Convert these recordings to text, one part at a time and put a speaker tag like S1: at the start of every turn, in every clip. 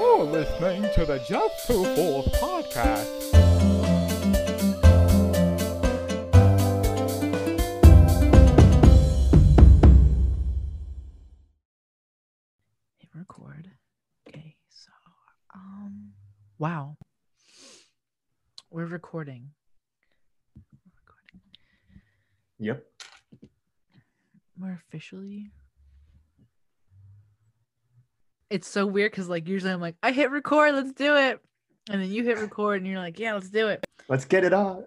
S1: listening to the Just Two Fools podcast.
S2: hit record. Okay, so um wow. We're recording. We're recording.
S3: Yep.
S2: We're officially It's so weird cuz like usually I'm like I hit record, let's do it. And then you hit record and you're like, yeah, let's do it.
S3: Let's get it on.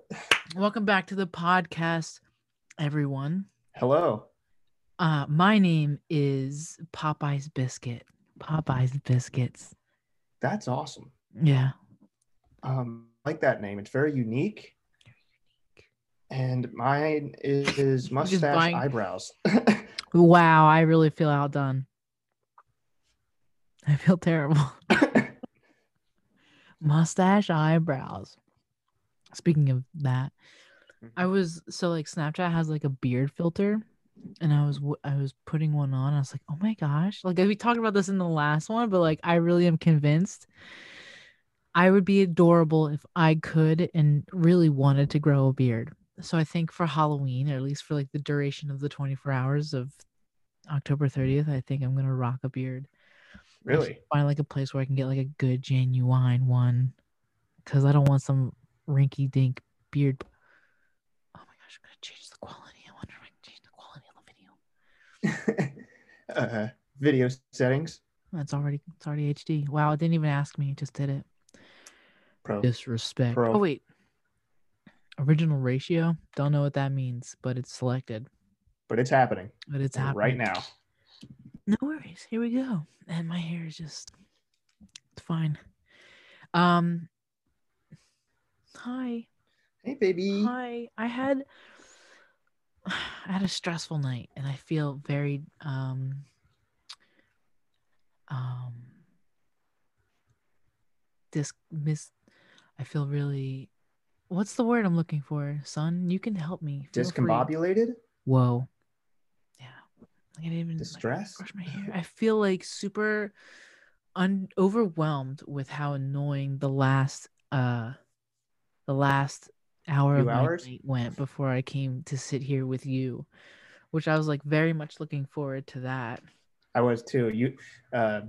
S2: Welcome back to the podcast everyone.
S3: Hello.
S2: Uh my name is Popeye's Biscuit. Popeye's Biscuits.
S3: That's awesome.
S2: Yeah.
S3: Um, I like that name. It's very unique. And mine is mustache
S2: buying-
S3: eyebrows.
S2: Wow, I really feel outdone. I feel terrible. Mustache eyebrows. Speaking of that, I was so like Snapchat has like a beard filter, and I was w- I was putting one on. I was like, oh my gosh! Like we talked about this in the last one, but like I really am convinced I would be adorable if I could and really wanted to grow a beard. So I think for Halloween, or at least for like the duration of the 24 hours of October 30th, I think I'm gonna rock a beard
S3: really?
S2: find like a place where I can get like a good genuine one because I don't want some rinky dink beard. Oh my gosh, I'm gonna change the quality. I wonder if I can change the quality of the video.
S3: uh, video settings.
S2: That's already it's already HD. Wow, it didn't even ask me, it just did it.
S3: Pro.
S2: Disrespect.
S3: Pro.
S2: Oh wait. Original ratio. Don't know what that means, but it's selected.
S3: But it's happening
S2: But it's happening.
S3: right now.
S2: No worries. Here we go. And my hair is just it's fine. Um hi.
S3: Hey, baby.
S2: Hi, I had I had a stressful night and I feel very um um dis mis I feel really what's the word I'm looking for, son? You can help me. Feel free.
S3: Discombobulated?
S2: Whoa. Yeah. Like I didn't even like,
S3: Distressed?
S2: brush my hair. I feel like super un- overwhelmed with how annoying the last uh the last hour
S3: Few
S2: of my
S3: hours?
S2: night went before I came to sit here with you, which I was like very much looking forward to that.
S3: I was too. You. Uh,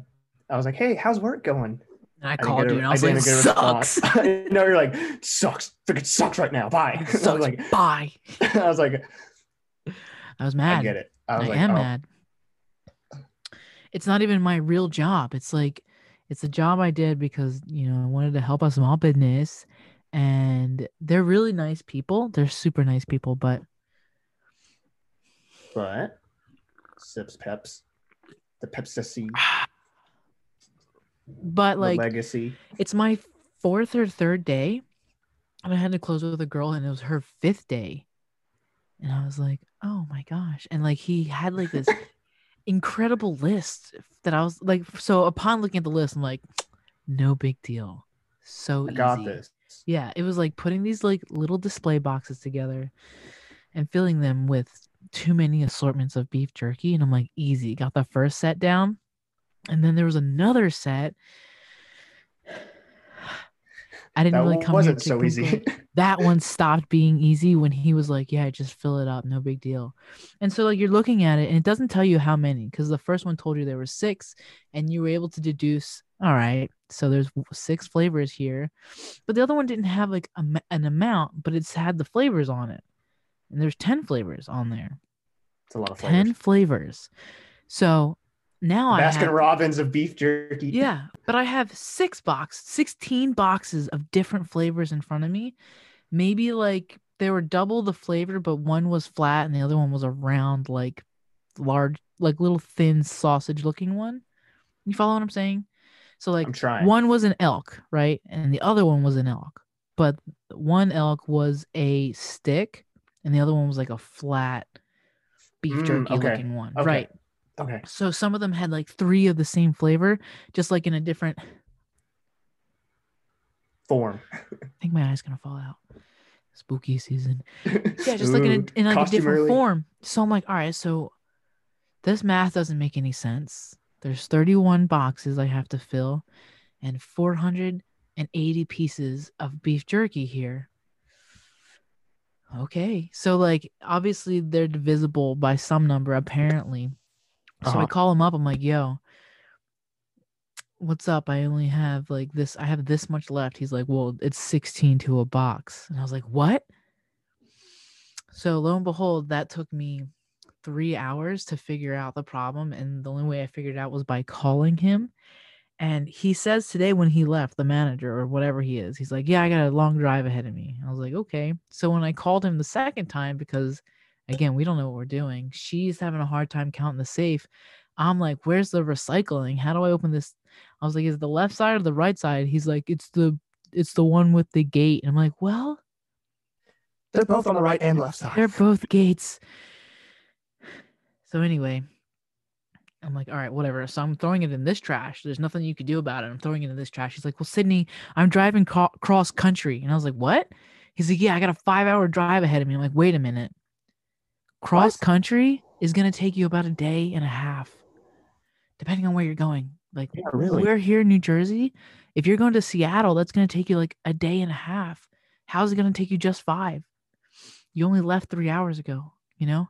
S3: I was like, hey, how's work going?
S2: And I,
S3: didn't
S2: called
S3: get a-
S2: you and I was
S3: didn't
S2: like,
S3: get a response.
S2: sucks.
S3: no, you're like, sucks. Freaking sucks right now. Bye.
S2: It
S3: I was
S2: sucks.
S3: like,
S2: Bye.
S3: I was like,
S2: I was
S3: I
S2: mad.
S3: get it. I
S2: I,
S3: was like,
S2: am
S3: oh,
S2: mad. It's not even my real job. It's like it's a job I did because you know I wanted to help a small business, and they're really nice people. They're super nice people, but
S3: but sips peps the pepsi
S2: but
S3: like
S2: like
S3: legacy
S2: it's my fourth or third day, and I had to close with a girl, and it was her fifth day, and I was like, oh my gosh, and like he had like this incredible list that I was like, so upon looking at the list, I'm like, no big deal, so
S3: i got
S2: easy.
S3: this
S2: Yeah, it was like putting these like little display boxes together and filling them with too many assortments of beef jerky. And I'm like, easy, got the first set down. And then there was another set. I didn't
S3: that
S2: really come here
S3: wasn't
S2: to
S3: so
S2: complain.
S3: easy
S2: That one stopped being easy when he was like, Yeah, just fill it up, no big deal. And so like you're looking at it and it doesn't tell you how many, because the first one told you there were six, and you were able to deduce, all right, so there's w- six flavors here. But the other one didn't have like a, ma- an amount, but it's had the flavors on it. And there's 10 flavors on there.
S3: it's a lot of
S2: 10
S3: flavors.
S2: flavors. So now I
S3: baskin
S2: have,
S3: robbins of beef jerky
S2: yeah, but I have six box, 16 boxes of different flavors in front of me. Maybe like they were double the flavor, but one was flat and the other one was a round, like large, like little thin sausage looking one. You follow what I'm saying? So like
S3: i'm trying
S2: one was an elk, right? And the other one was an elk. But one elk was a stick and the other one was like a flat beef
S3: Mm,
S2: jerky
S3: okay,
S2: looking one.
S3: okay.
S2: Right.
S3: okay
S2: So some of them had like three of the same flavor, just like in a different. I
S3: form
S2: think my eye's gonna fall out. Spooky season. Yeah, just like in a, in like a different form. So I'm like, all right, so this math doesn't make any sense. There's 31 boxes I have to fill, and 480 pieces of beef jerky here. Okay. So, like, obviously they're divisible by some number, apparently. So I
S3: Uh-huh.
S2: call him up. I'm like, yo, what's up? I only have like this, I have this much left. He's like, well, it's 16 to a box. And I was like, what? So lo and behold, that took me three hours to figure out the problem. And the only way I figured it out was by calling him. And he says today when he left, the manager or whatever he is, he's like, Yeah, I got a long drive ahead of me. I was like, Okay. So when I called him the second time, because again, we don't know what we're doing, she's having a hard time counting the safe. I'm like, Where's the recycling? How do I open this? I was like, Is it the left side or the right side? He's like, It's the it's the one with the gate. And I'm like, Well,
S3: They're both on the right and left
S2: they're
S3: side.
S2: both gates. So anyway, I'm like, all right, whatever. So I'm throwing it in this trash. There's nothing you could do about it. I'm throwing it in this trash. He's like, well, Sydney, I'm driving co- cross country, and I was like, what? He's like, yeah, I got a five hour drive ahead of me. I'm like, wait a minute. Cross country is gonna take you about a day and a half, depending on where you're going. Like
S3: Yeah, really.
S2: we're here in New Jersey. If you're going to Seattle, that's going to take you like a day and a half. How's it going to take you just five? You only left three hours ago, you know?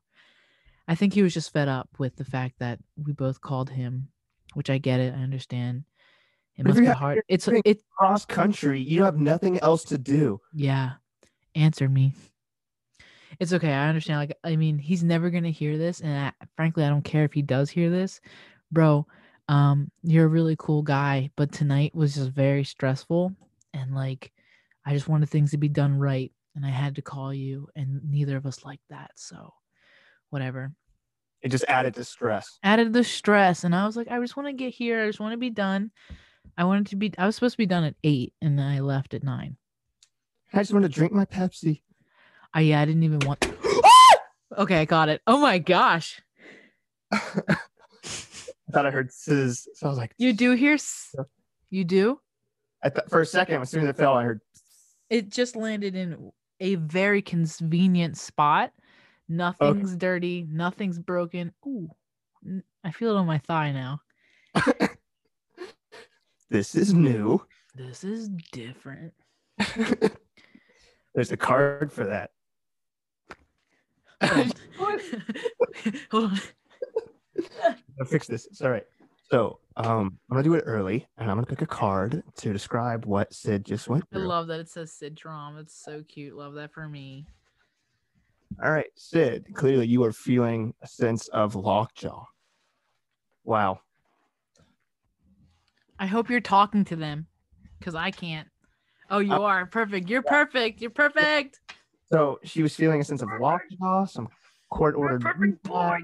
S2: I think he was just fed up with the fact that we both called him, which I get it. I understand.
S3: But
S2: It
S3: if
S2: must
S3: you
S2: be
S3: have-
S2: hard. It's,
S3: doing-
S2: it,
S3: Cross country, you have nothing else to do.
S2: yeah. Answer me. It's okay. I understand. Like, I mean, he's never gonna hear this, and I, frankly, I don't care if he does hear this, bro. Um, you're a really cool guy, but tonight was just very stressful, and like, I just wanted things to be done right, and I had to call you, and neither of us liked that, so whatever
S3: It just added to stress.
S2: added the stress and i was like i just want to get here i just want to be done i wanted to be i was supposed to be done at eight and then i left at nine
S3: I just want to drink my Pepsi.
S2: i yeah i didn't even want okay i got it oh my gosh
S3: I thought I heard sizz, so I was like,
S2: you do hear s-
S3: Yeah.
S2: you do
S3: I th- for a second, as soon as it fell, I heard.
S2: it just landed in a very convenient spot nothing's dirty nothing's broken ooh n- i feel it on my thigh now
S3: This is new.
S2: this is different
S3: There's a card for that.
S2: hold on, hold on.
S3: I'll fix this. It's all right. So um, I'm gonna do it early, and I'm gonna pick a card to describe what Sid just went
S2: i
S3: through.
S2: love that it says sid Drum. it's so cute love that for me
S3: all right, Sid. Clearly, you are feeling a sense of lockjaw. Wow.
S2: I hope you're talking to them because I can't. Oh, you
S3: Uh,
S2: are perfect. You're perfect. You're perfect.
S3: So she was feeling a sense of lockjaw, some court ordered.
S2: Perfect boy.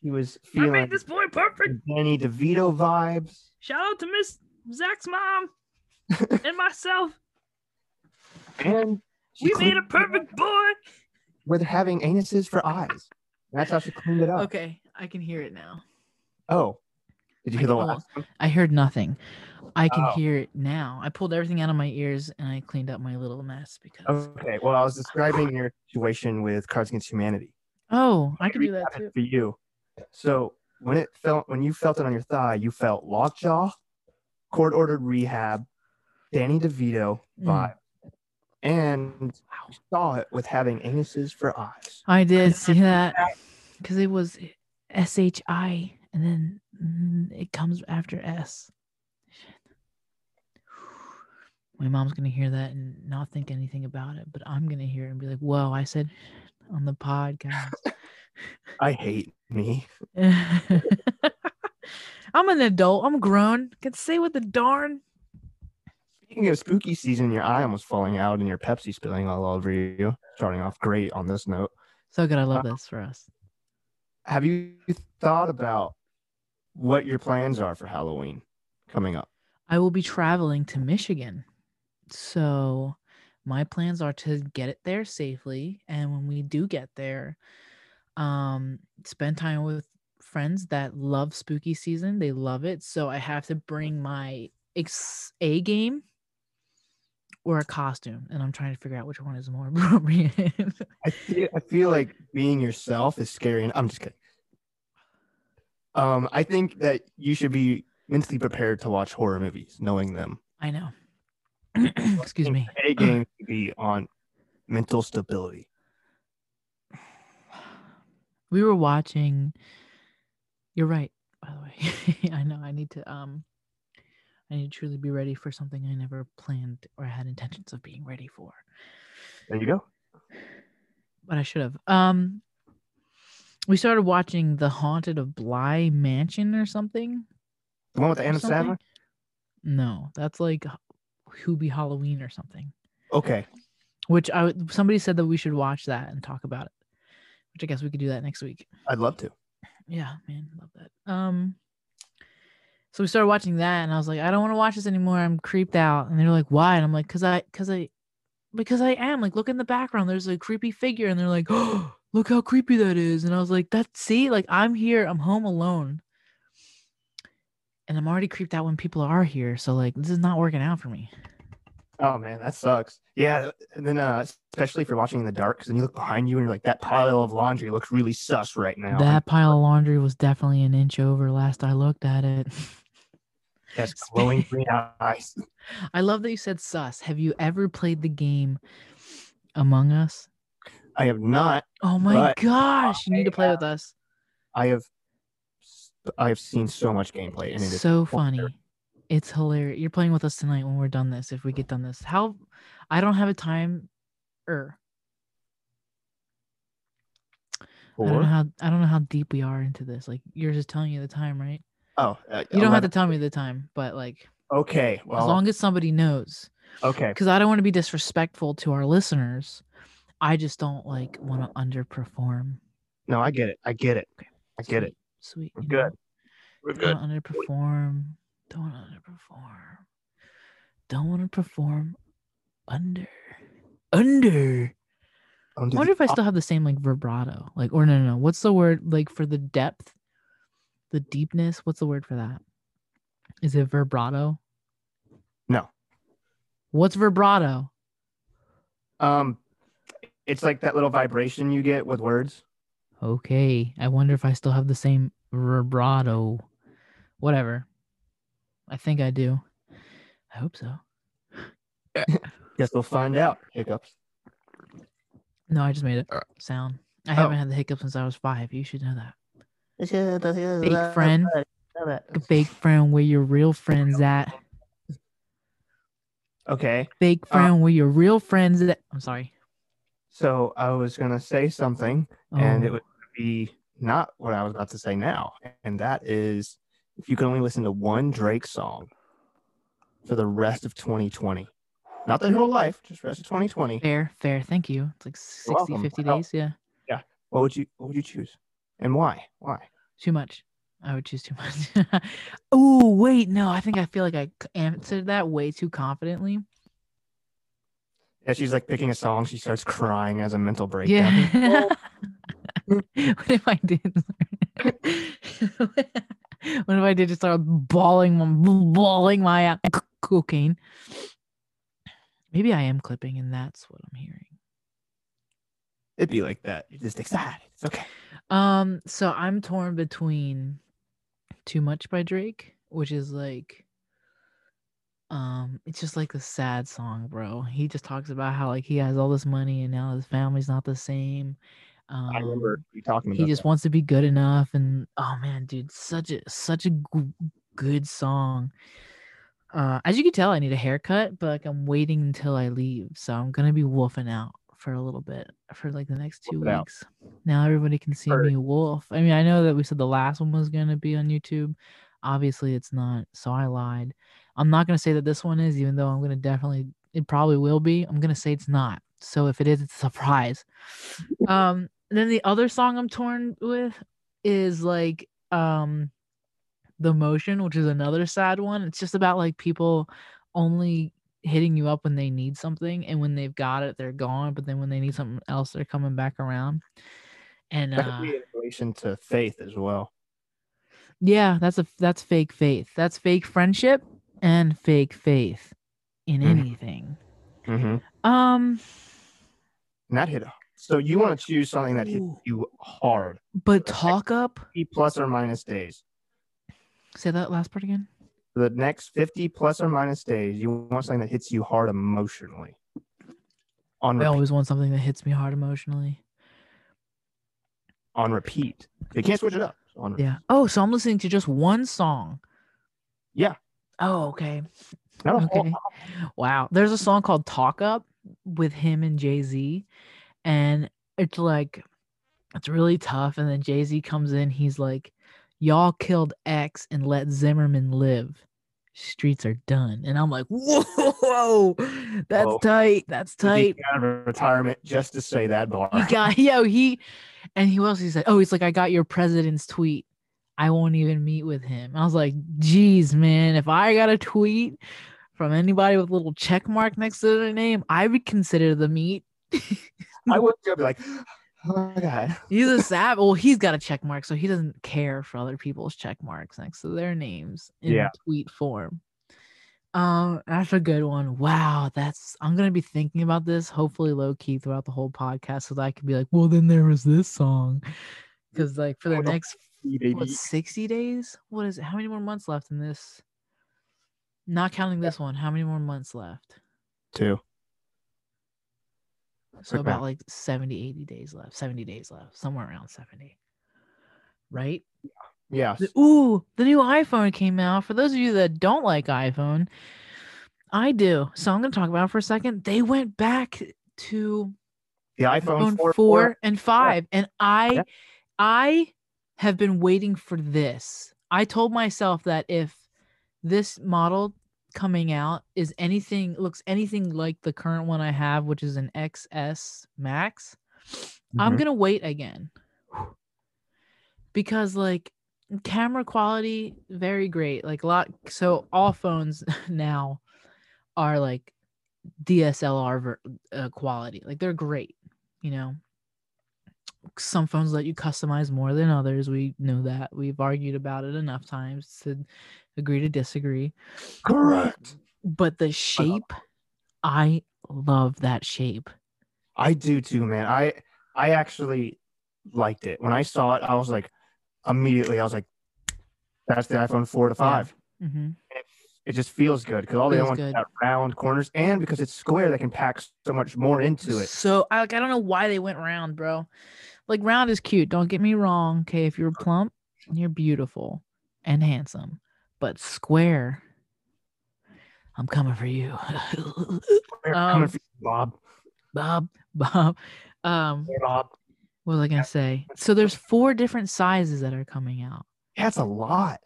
S3: She was
S2: I made
S3: feeling
S2: this boy perfect.
S3: Danny DeVito vibes.
S2: Shout out to Miss Zach's mom and myself.
S3: And she
S2: We made
S3: cleaned
S2: a perfect boy.
S3: with having anuses for eyes. That's how she cleaned it up.
S2: Okay, I can hear it now.
S3: Oh, did you hear the
S2: Like, oh,
S3: last one?
S2: I heard nothing. I can
S3: Oh.
S2: hear it now. I pulled everything out of my ears and I cleaned up my little mess because.
S3: Okay. Well, I was describing your situation with Cards Against Humanity.
S2: Oh, I can do that
S3: Recap
S2: too.
S3: it For you. So when it felt when you felt it on your thigh, you felt lockjaw, court ordered rehab, Danny DeVito
S2: Mm.
S3: vibe. And you saw it with having anuses for eyes.
S2: I did see that because it was S H I and then mm, it comes after S. Shit. My mom's going to hear that and not think anything about it, but I'm going to hear it and be like, whoa, I said on the podcast.
S3: I hate me.
S2: I'm an adult. I'm grown. Can say what the darn.
S3: Speaking of spooky season, your eye almost falling out and your Pepsi spilling all over you. Starting off great on this note.
S2: So good. I love this for us.
S3: Have you thought about what your plans are for Halloween coming up?
S2: I will be traveling to Michigan. So my plans are to get it there safely and when we do get there um spend time with friends that love spooky season. They love it. So I have to bring my ex- A game or a costume and I'm trying to figure out which one is more appropriate.
S3: I feel, I feel like being yourself is scary. And I'm just kidding. Um, I think that you should be mentally prepared to watch horror movies, knowing them.
S2: I know. Excuse me.
S3: A game should be on mental stability.
S2: We were watching. You're right, by the way. I know. I need to. Um, I need to truly be ready for something I never planned or had intentions of being ready for,
S3: There you go.
S2: but I should have. Um, we started watching The Haunted of Bly Mansion or something.
S3: The one with Adam
S2: something?
S3: Sandler.
S2: No, that's like H- Hoobie Halloween or something.
S3: Okay,
S2: Which I would- somebody said that we should watch that and talk about it. Which I guess we could do that next week.
S3: I'd love to.
S2: yeah man love that um so we started watching that and i was like i don't want to watch this anymore i'm creeped out and they're like why and i'm like because i because i because i am like look in the background there's a creepy figure and they're like oh look how creepy that is and i was like that see like i'm here i'm home alone and i'm already creeped out when people are here so like this is not working out for me
S3: Oh man, that sucks. Yeah, and then uh, especially if you're watching in the dark, 'cause then you look behind you and you're like, that pile of laundry looks really sus right now.
S2: that pile of laundry was definitely an inch over last i looked at it
S3: has glowing green eyes.
S2: I love that you said sus. Have you ever played the game Among Us?
S3: I have not.
S2: Oh my
S3: But
S2: gosh, you need to
S3: I
S2: play with us.
S3: I have I have seen so much gameplay and it is
S2: So funny.
S3: hilarious.
S2: It's hilarious. You're playing with us tonight when we're done this, if we get done this. How I don't have a time er. I don't know
S3: Or,
S2: how I don't know how deep we are into this. Like yours is telling you the time, right?
S3: oh, uh,
S2: You don't have to tell me the time, but like
S3: Okay, well,
S2: as long as somebody knows.
S3: okay,
S2: Because I don't want to be disrespectful to our listeners. I just don't like want to underperform.
S3: no, I get it, I get it, I get it.
S2: Sweet.
S3: We're
S2: you
S3: good.
S2: know?
S3: We're
S2: Don't wanna underperform. Don't want to underperform. Don't want to perform under. Under.
S3: Don't
S2: I
S3: do
S2: wonder if
S3: the-
S2: I still have the same like vibrato. Like, or no, no, no. What's the word like for the depth, the deepness? What's the word for that? Is it vibrato?
S3: No.
S2: What's vibrato?
S3: um, it's like that little vibration you get with words.
S2: Okay. I wonder if I still have the same vibrato. Whatever. I think I do. I hope so.
S3: Guess we'll find out. Hiccups.
S2: No, I just made
S3: Uh,
S2: a sound. I
S3: oh.
S2: haven't had the hiccup since I was five. You should know that. Fake friend, fake friend, where your real friends at?
S3: Okay,
S2: Fake friend, where your real friends at? I'm sorry.
S3: so I was gonna say something,
S2: Oh,
S3: and it would be not what I was about to say now, and that is if you can only listen to one Drake song for the rest of 2020, not the whole life, just rest of 2020.
S2: Oh, fair, fair. Thank you. It's like 60,
S3: welcome.
S2: 50
S3: Wow.
S2: days. Yeah,
S3: What would you What would you choose, and why? Why?
S2: too much. I would choose too much. oh wait, no. I think I feel like I c- answered that way too confidently.
S3: Yeah, she's like picking a song. She starts crying as a mental breakdown.
S2: Yeah. what if I did? what if I did just start bawling, my- bawling my out c- cocaine? Maybe I am clipping, and that's what I'm hearing.
S3: It'd be like that. You're just excited. It's okay.
S2: Um, so I'm torn between "Too Much" by Drake, which is like, um, it's just like a sad song, bro. He just talks about how like he has all this money and now his family's not the same. Um,
S3: I remember you talking about.
S2: he just wants to be good enough and oh man dude such a such a g- good song uh as you can tell i need a haircut but like i'm waiting until i leave so i'm gonna be wolfing out for a little bit for like the next two
S3: Wolf it out.
S2: weeks now everybody can see
S3: Heard.
S2: me wolf i mean i know that we said the last one was gonna be on youtube obviously it's not so i lied i'm not gonna say that this one is even though i'm gonna definitely it probably will be i'm gonna say it's not so if it is it's a surprise um then the other song i'm torn with is like um the motion which is another sad one it's just about like people only hitting you up when they need something and when they've got it they're gone but then when they need something else they're coming back around and
S3: that
S2: uh,
S3: could be in relation to faith as well.
S2: yeah that's a that's fake faith that's fake friendship and fake faith in
S3: Mhm.
S2: anything
S3: Mm-hmm. And
S2: um
S3: that hit. So you want to choose something that hit
S2: Ooh.
S3: you hard.
S2: but
S3: Perfect.
S2: talk up
S3: E plus or minus days.
S2: say that last part again
S3: For the next 50 plus or minus days, you want something that hits you hard emotionally. On
S2: I
S3: repeat.
S2: always want something that hits me hard emotionally.
S3: On repeat. They can't switch it up. It's On repeat.
S2: Yeah. Oh, so I'm listening to just one song.
S3: Yeah. Oh.
S2: Oh, okay.
S3: Not a whole-
S2: Okay. Wow. There's a song called Talk Up with him and Jay Z. And it's like, it's really tough. And then Jay Z comes in. He's like, Y'all killed X and let Zimmerman live. Streets are done. And I'm like, Whoa, that's
S3: Whoa.
S2: tight. That's
S3: Oh. he
S2: tight.
S3: came out of retirement just to say that bar.
S2: He got, yo, he, and he what else he said, Oh, he's like, I got your president's tweet. I won't even meet with him. I was like, Geez, man, if I got a tweet from anybody with a little check mark next to their name, I would consider the meet.
S3: I would be like, oh my god.
S2: He's a sap. Well, he's got a check mark, so he doesn't care for other people's check marks next to their names in
S3: Yeah.
S2: tweet form. Um, that's a good one. Wow, that's I'm gonna be thinking about this hopefully low key throughout the whole podcast so that I can be like, well, then there was this song. Because like for the
S3: Mm, Oh, no.
S2: next what, 60 days? What is it? How many more months left in this? Not counting this one, how many more months left?
S3: Two.
S2: So
S3: Quick
S2: about
S3: math.
S2: like 70, 80 days left, 70 days left, somewhere around 70. Right?
S3: Yeah.
S2: The- ooh, the new iPhone came out. For those of you that don't like iPhone, I do. So I'm going to talk about it for a second. They went back to
S3: The iPhone
S2: iPhone
S3: 4,
S2: 4, and 5 and I
S3: Yeah.
S2: I have been waiting for this. I told myself that if this model coming out is anything looks anything like the current one I have, which is an XS Max, I'm
S3: Mhm.
S2: gonna wait again because like camera quality very great like a lot so all phones now are like dslr ver- uh, quality like they're great you know some phones let you customize more than others we know that we've argued about it enough times to agree to disagree
S3: Correct.
S2: but the shape i love that shape
S3: I do too, man. I I actually liked it. When I saw it, I was like immediately I was like, that's the iPhone 4 to 5.
S2: hmm
S3: It just feels good because all they
S2: Feels
S3: want is
S2: good.
S3: that round corners and because it's square, they can pack so much more into it.
S2: So I like I don't know why they went round, bro. Like round is cute. Don't get me wrong. Okay, if you're plump, you're beautiful and handsome. But square, I'm coming for you.
S3: We're
S2: Um,
S3: coming for you, Bob.
S2: Bob, Bob. Um,
S3: Hey, Bob.
S2: what was I gonna say? So there's four different sizes that are coming out.
S3: That's a lot.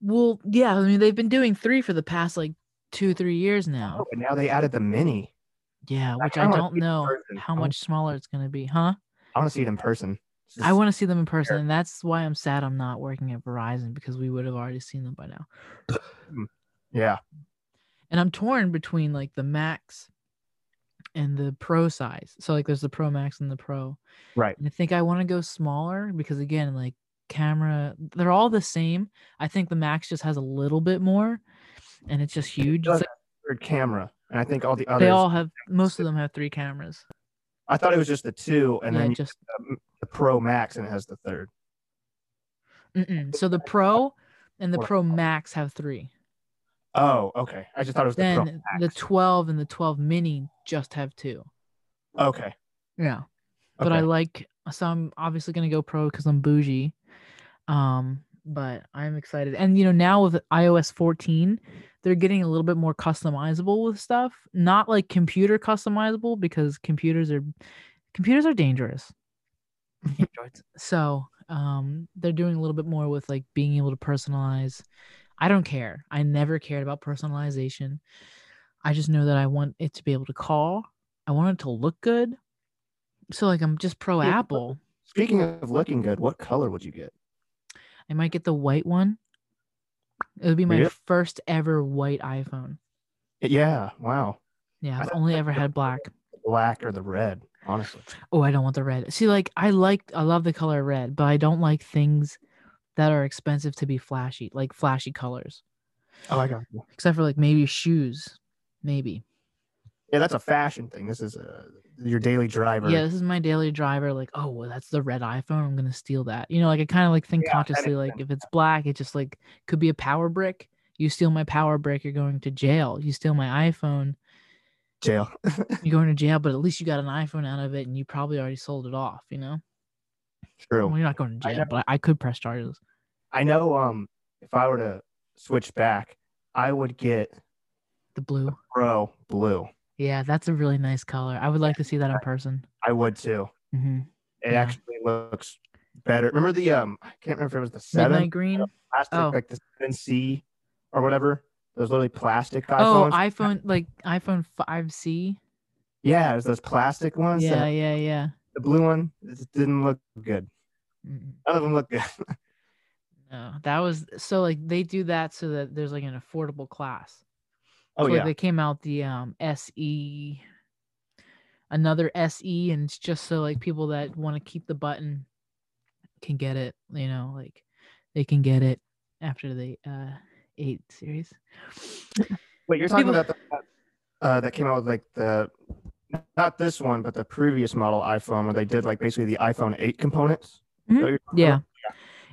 S2: Well, yeah, I mean they've been doing three for the past like two, three years now.
S3: Oh, and now they added the mini.
S2: Yeah, which
S3: I
S2: I
S3: wanna
S2: don't
S3: see it in
S2: know
S3: person.
S2: how
S3: I wanna-
S2: much smaller it's gonna be, huh?
S3: I want to see it in person. This
S2: I
S3: is-
S2: want to see them in person, and that's why I'm sad I'm not working at Verizon because we would have already seen them by now.
S3: Yeah.
S2: And I'm torn between like the max and the pro size. So like there's the pro max and the pro.
S3: Right.
S2: And I think I want to go smaller because again, like camera, they're all the same. I think the max just has a little bit more, and it's just huge.
S3: does
S2: It's
S3: Third camera, and I think all the
S2: like
S3: others.
S2: they all have most of them have three cameras.
S3: I thought it was just the two, and
S2: yeah,
S3: then you-
S2: just
S3: the Pro Max, and it has the third.
S2: mm-mm. so the pro and the
S3: What I
S2: pro max have three.
S3: Oh, okay. I just thought it was the
S2: Then the
S3: Max.
S2: 12 and the 12 mini just have two.
S3: Pro. Okay.
S2: Yeah. but I
S3: okay.
S2: like so I'm obviously gonna go pro because I'm bougie. Um, but I'm excited. And you know, now with iOS 14, they're getting a little bit more customizable with stuff. Not like computer customizable because computers are computers are dangerous. Androids. So um they're doing a little bit more with like being able to personalize. I don't care. I never cared about personalization. I just know that I want it to be able to call. I want it to look good. So like I'm just pro
S3: Yeah, but-
S2: Apple.
S3: Speaking of looking good, what color would you get?
S2: I might get the white one. It would be my
S3: Yeah.
S2: first ever white iPhone.
S3: Yeah. Wow.
S2: Yeah,
S3: I
S2: I've
S3: don't
S2: only
S3: like
S2: ever
S3: the
S2: had black.
S3: Black or the red, honestly.
S2: Oh, I don't want the red. See, like I like I love the color red, but I don't like things that are expensive to be flashy, like flashy colors.
S3: Oh, I got you.
S2: Except for like maybe shoes. Maybe.
S3: Yeah, that's a fashion thing. This is a, your daily driver.
S2: Yeah, this is my daily driver. Like, oh well, that's the red iPhone. I'm gonna steal that. You know, like I kind of like think
S3: Yeah, that
S2: consciously,
S3: makes
S2: like
S3: sense.
S2: if it's black, it just like could be a power brick. You steal my power brick, you're going to jail. You steal my iPhone,
S3: Jail.
S2: you're going to jail, but at least you got an iPhone out of it and you probably already sold it off, you know?
S3: True.
S2: Well, you're not going to
S3: I
S2: jail,
S3: know.
S2: but I, I could press charges.
S3: I know um if I were to switch back, I would get
S2: The blue.
S3: pro blue.
S2: Yeah, that's a really nice color. I would like to see that in person.
S3: I would too.
S2: hmm
S3: It
S2: Yeah.
S3: actually looks better. Remember the um I can't remember if it was the
S2: Midnight
S3: seven
S2: green.
S3: plastic
S2: Oh.
S3: like the seven C or whatever. Those literally plastic
S2: Oh,
S3: iPhones.
S2: iPhone, like iPhone 5C.
S3: yeah, it was those plastic ones.
S2: Yeah,
S3: Yeah.
S2: yeah, yeah.
S3: The blue one it just didn't look good.
S2: Mm,
S3: None of them look good.
S2: No, that was so like they do that so that there's like an affordable class.
S3: Oh
S2: So, like,
S3: yeah.
S2: they came out the um SE, another SE, and it's just so like people that want to keep the button can get it. You know, like they can get it after the uh eight series.
S3: Wait, you're talking
S2: people-
S3: about the uh, that came out with like the not this one, but the previous model iPhone where they did like basically the iPhone 8 components.
S2: Mhm.
S3: So you're-
S2: Yeah.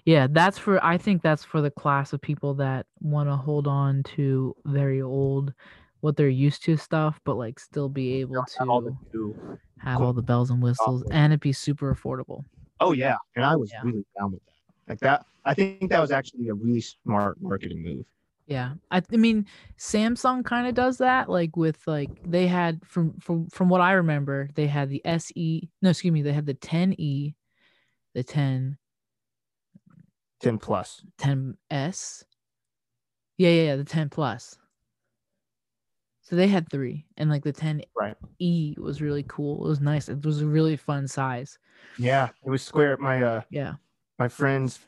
S2: Yeah, that's for I think that's for the class of people that want to hold on to very old what they're used to stuff, but like still be able to
S3: all the new-
S2: have
S3: cool
S2: all the bells and whistles
S3: software.
S2: and it'd be super affordable.
S3: Oh yeah, and I was
S2: Yeah.
S3: really down with that. Like that, I think that was actually a really smart marketing move.
S2: Yeah. I, I mean Samsung kind of does that like with like they had from from from what I remember, they had the SE, no, excuse me, they had the 10E, the 10
S3: 10 plus.
S2: 10s yeah yeah yeah the 10 plus so they had three and like the 10
S3: Right.
S2: e was really cool it was nice it was a really fun size
S3: Yeah, it was square. My uh,
S2: yeah
S3: my friend's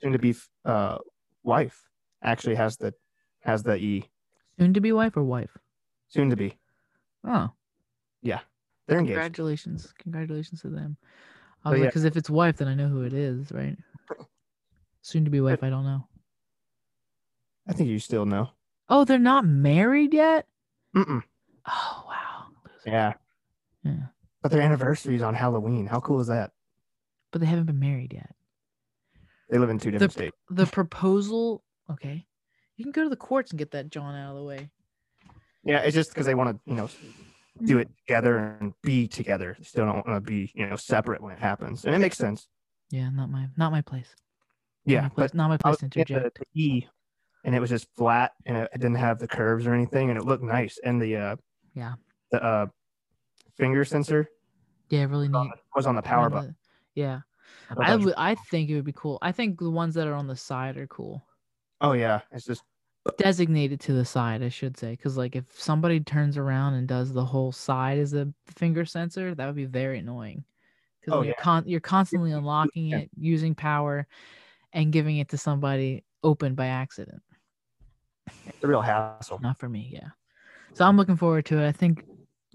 S3: soon to be uh wife actually has the has the E
S2: soon to be wife or wife
S3: soon to be.
S2: oh
S3: They're engaged.
S2: congratulations congratulations to them
S3: So, yeah.
S2: because if it's wife then i know who it is right soon to be wife i don't know
S3: I think you still know.
S2: oh they're not married yet
S3: Mm-mm.
S2: oh wow Loser.
S3: Yeah,
S2: yeah
S3: but their anniversary is on Halloween. How cool is that?
S2: but they haven't been married yet
S3: They live in two different
S2: The-
S3: states.
S2: the proposal okay you can go to the courts and get that john out of the way
S3: Yeah, it's just because they want to, you know, do it together and be together. They still don't want to be, you know, separate when it happens, and it makes sense.
S2: Yeah, not my not my place. Not my
S3: Yeah,
S2: place,
S3: but
S2: not my
S3: I
S2: place
S3: was
S2: to
S3: looking at
S2: interject.
S3: the, the E, and it was just flat, and it, it didn't have the curves or anything, and it looked nice. And the uh,
S2: Yeah.
S3: the uh, finger sensor
S2: Yeah, really
S3: was on
S2: neat.
S3: the- was on the power
S2: One of
S3: button.
S2: the- Yeah,
S3: I thought
S2: Mm-hmm. I
S3: that was-
S2: would. I think it would be cool. I think the ones that are on the side are cool.
S3: oh yeah, it's just
S2: Designated to the side, I should say, because like if somebody turns around and does the whole side as a finger sensor, that would be very annoying. Because
S3: Oh,
S2: you're,
S3: yeah.
S2: con- you're constantly unlocking
S3: yeah.
S2: it, using power, and giving it to somebody open by accident.
S3: it's a real hassle.
S2: not for me yeah so i'm looking forward to it i think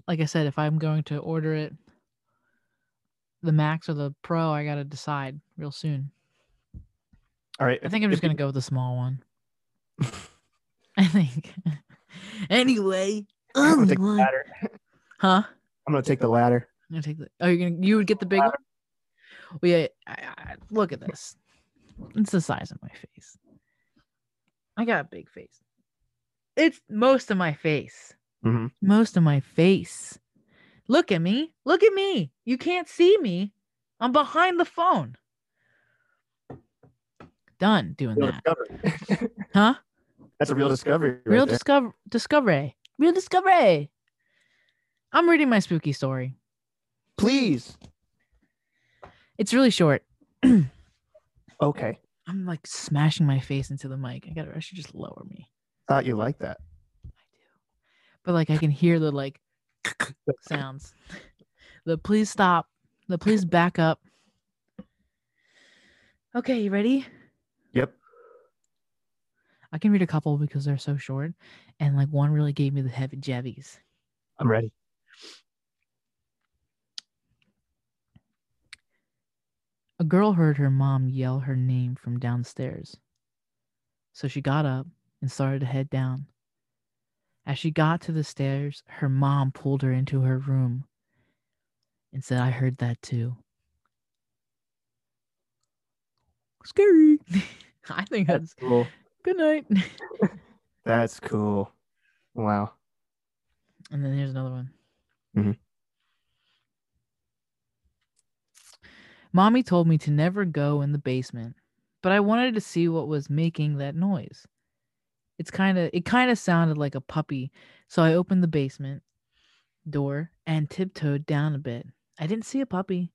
S2: like i said if i'm going to order it the max or the pro i gotta decide real soon
S3: All right,
S2: i think i'm just gonna go with the small one i think anyway
S3: I'm
S2: um,
S3: gonna take the
S2: one-
S3: ladder.
S2: huh
S3: I'm gonna take the ladder.
S2: i'm gonna take the oh you're gonna you would get the big one
S3: Ladder.
S2: well yeah I, I, look at this it's the size of my face i got a big face it's most of my face
S3: Mhm.
S2: most of my face. Look at me. Look at me. You can't see me. I'm behind the phone. Done doing
S3: Real
S2: that.
S3: discovery.
S2: Huh?
S3: That's a real discovery. right
S2: Real
S3: there.
S2: discover discovery. Real discovery. I'm reading my spooky story.
S3: Please.
S2: It's really short.
S3: Okay.
S2: I'm like smashing my face into the mic. I gotta I should just lower me.
S3: Thought you liked that.
S2: I do. But like I can hear the like sounds. The please stop. The please back up. Okay, you ready?
S3: Yep.
S2: I can read a couple because they're so short. And like one really gave me the heavy jabbies.
S3: I'm ready.
S2: A girl heard her mom yell her name from downstairs. So she got up and started to head down. As she got to the stairs, her mom pulled her into her room and said, I heard that too. Scary. I think that's
S3: Cool.
S2: good night.
S3: That's cool. Wow.
S2: And then here's another one.
S3: Mhm.
S2: Mommy told me to never go in the basement, but I wanted to see what was making that noise. It's kind of it kind of sounded like a puppy, so I opened the basement door and tiptoed down a bit. I didn't see a puppy.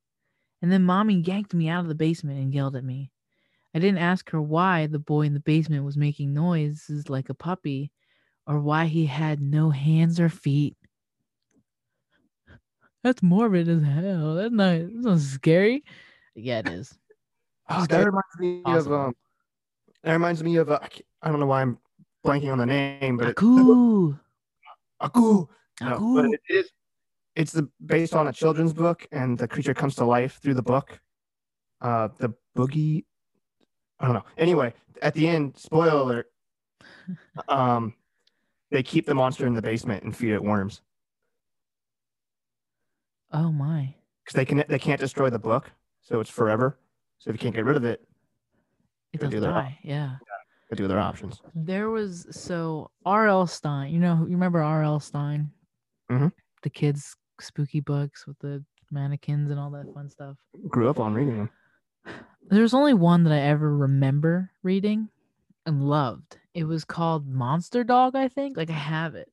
S2: And then mommy yanked me out of the basement and yelled at me. I didn't ask her why the boy in the basement was making noises like a puppy or why he had no hands or feet. That's morbid as hell. That's not, that's not scary. Yeah, it is.
S3: Oh, that
S2: Scary
S3: reminds me
S2: possible.
S3: of um. That reminds me of uh, I can't- I don't know why I'm blanking on the name, but it-
S2: Aku.
S3: Aku. No, but
S2: Aku.
S3: it is. It's the, based on a children's book, and the creature comes to life through the book. Uh, the boogie. I don't know. Anyway, at the end, spoiler alert. Um, they keep the monster in the basement and feed it worms
S2: Oh my.
S3: because they can they can't destroy the book, so it's forever. So if you can't get rid of it,
S2: It
S3: Go do
S2: doesn't
S3: that.
S2: die. Yeah.
S3: they do other options.
S2: There was so R.L. Stein. You know, you remember R.L. Stein?
S3: Mhm.
S2: The kids' spooky books with the mannequins and all that fun stuff.
S3: Grew up on reading them.
S2: There's only one that I ever remember reading and loved. It was called Monster Dog, I think. Like I have it.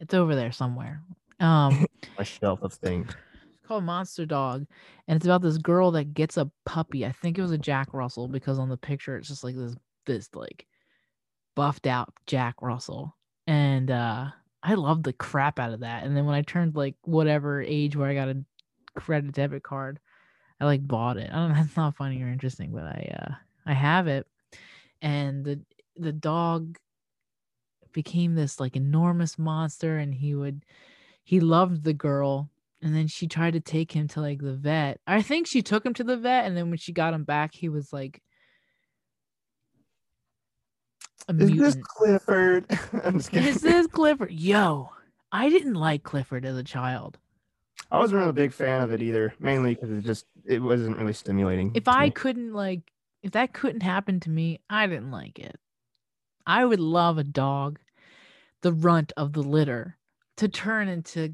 S2: It's over there somewhere. Um
S3: My shelf of things.
S2: it's called Monster Dog and it's about this girl that gets a puppy. I think it was a Jack Russell because on the picture it's just like this this like buffed out Jack Russell. And uh I loved the crap out of that. And then when I turned like whatever age where I got a credit debit card, I like bought it. I don't know, that's not funny or interesting, but I uh I have it. And the the dog became this like enormous monster and he would he loved the girl and then she tried to take him to like the vet. I think she took him to the vet and then when she got him back he was like a
S3: Is this
S2: mutant.
S3: Clifford? I'm just kidding.
S2: Is this Clifford? Yo, I didn't like Clifford as a child.
S3: I wasn't really a big fan of it either, mainly because it just it wasn't really stimulating.
S2: If
S3: to
S2: I
S3: me.
S2: couldn't like, if that couldn't happen to me, I didn't like it. I would love a dog, the runt of the litter, to turn into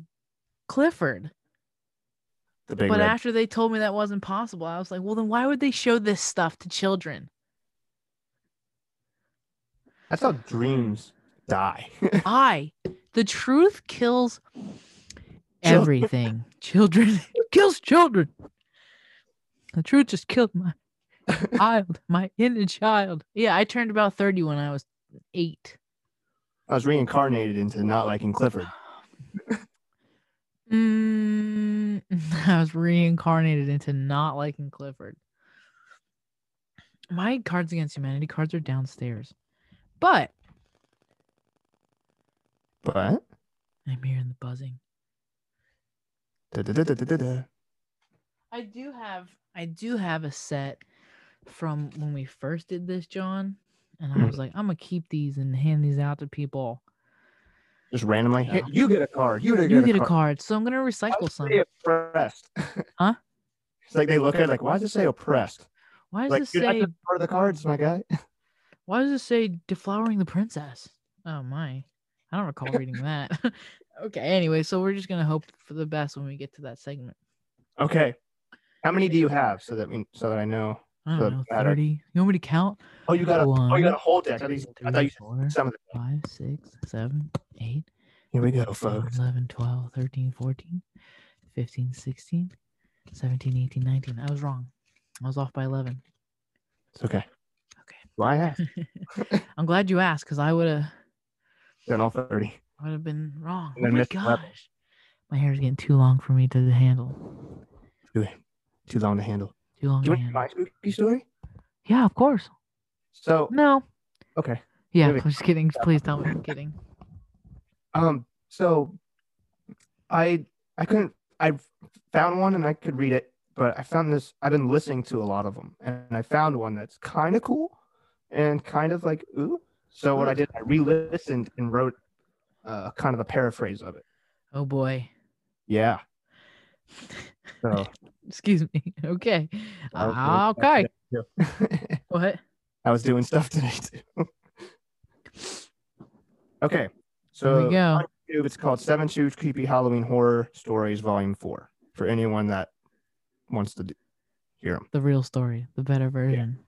S2: Clifford.
S3: the big
S2: but
S3: red
S2: after they told me that wasn't possible, I was like, well, then why would they show this stuff to children?
S3: That's how dreams die.
S2: I, the truth kills
S3: Children.
S2: everything. Children kills children. The truth just killed my child, my inner child. Yeah, I turned about 30 when I was eight.
S3: I was reincarnated into not liking Clifford.
S2: Mm, I was reincarnated into not liking Clifford. My Cards Against Humanity cards are downstairs, but
S3: But
S2: I'm hearing the buzzing.
S3: da, da, da, da, da, da, da.
S2: I do have I do have a set from when we first did this, John. And I
S3: Mhm.
S2: was like, I'm gonna keep these and hand these out to people.
S3: just randomly,
S2: Yeah.
S3: you get a card. You,
S2: You get a card, so I'm gonna recycle some.
S3: Why does it say oppressed?
S2: Huh?
S3: It's like they look at it like, why does it say oppressed?
S2: Why does
S3: Like,
S2: this
S3: dude, that's
S2: say?
S3: just part of the cards, my guy.
S2: Why does it say deflowering the princess? Oh my, I don't recall reading that. okay, anyway, so we're just gonna hope for the best when we get to that segment.
S3: Okay. How many do you have? So that we, so that I know.
S2: I
S3: Doesn't
S2: don't know,
S3: matter.
S2: thirty. You want me to count?
S3: Oh, you got a. oh, you got a whole deck. I,
S2: Three,
S3: thought you- I thought you
S2: four,
S3: said some of the.
S2: five, six, seven, eight,
S3: Here we go,
S2: 11, 12, 13, 14, 15, 16, 17, 18, 19. I was wrong. I was off by 11.
S3: It's okay.
S2: Okay.
S3: Why well, I asked.
S2: I'm glad you asked because I would have
S3: Done all thirty.
S2: would have been wrong.
S3: And
S2: Oh
S3: I
S2: my
S3: missed
S2: gosh.
S3: 11.
S2: My hair's getting too long for me to handle.
S3: Too, too long to handle.
S2: Too long
S3: Do you
S2: to
S3: want to hear
S2: handle.
S3: my spooky story?
S2: Yeah, of course.
S3: So
S2: No.
S3: okay.
S2: Yeah,
S3: Really?
S2: I'm just kidding. Please tell me I'm kidding.
S3: Um, so I I couldn't I found one and I could read it, but I found this I've been listening to a lot of them and I found one that's kind of cool and kind of like ooh. So what I did I re-listened and wrote uh kind of a paraphrase of it.
S2: Oh boy.
S3: Yeah. So
S2: Excuse me. Okay.
S3: I'll-
S2: Okay.
S3: yeah.
S2: What?
S3: I was doing stuff today too. okay, so
S2: there we go.
S3: YouTube, It's called Seven Two Creepy Halloween Horror Stories Volume Four for anyone that wants to do- hear them.
S2: The real story, the better version.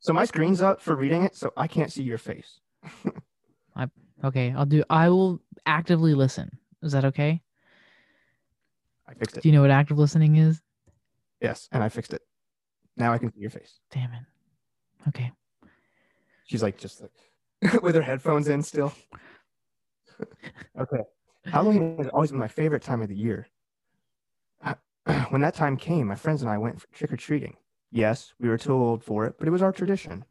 S3: So my screen's up for reading it, so I can't see your face.
S2: Okay, I'll do. I will actively listen. Is that okay?
S3: I fixed it.
S2: Do you know what active listening is?
S3: Yes, and I fixed it. Now I can see your face.
S2: Damn it. Okay.
S3: She's like just like with her headphones in still. okay. Halloween has always been my favorite time of the year. I- when that time came, my friends and I went trick or treating. Yes, we were too old for it, but it was our tradition.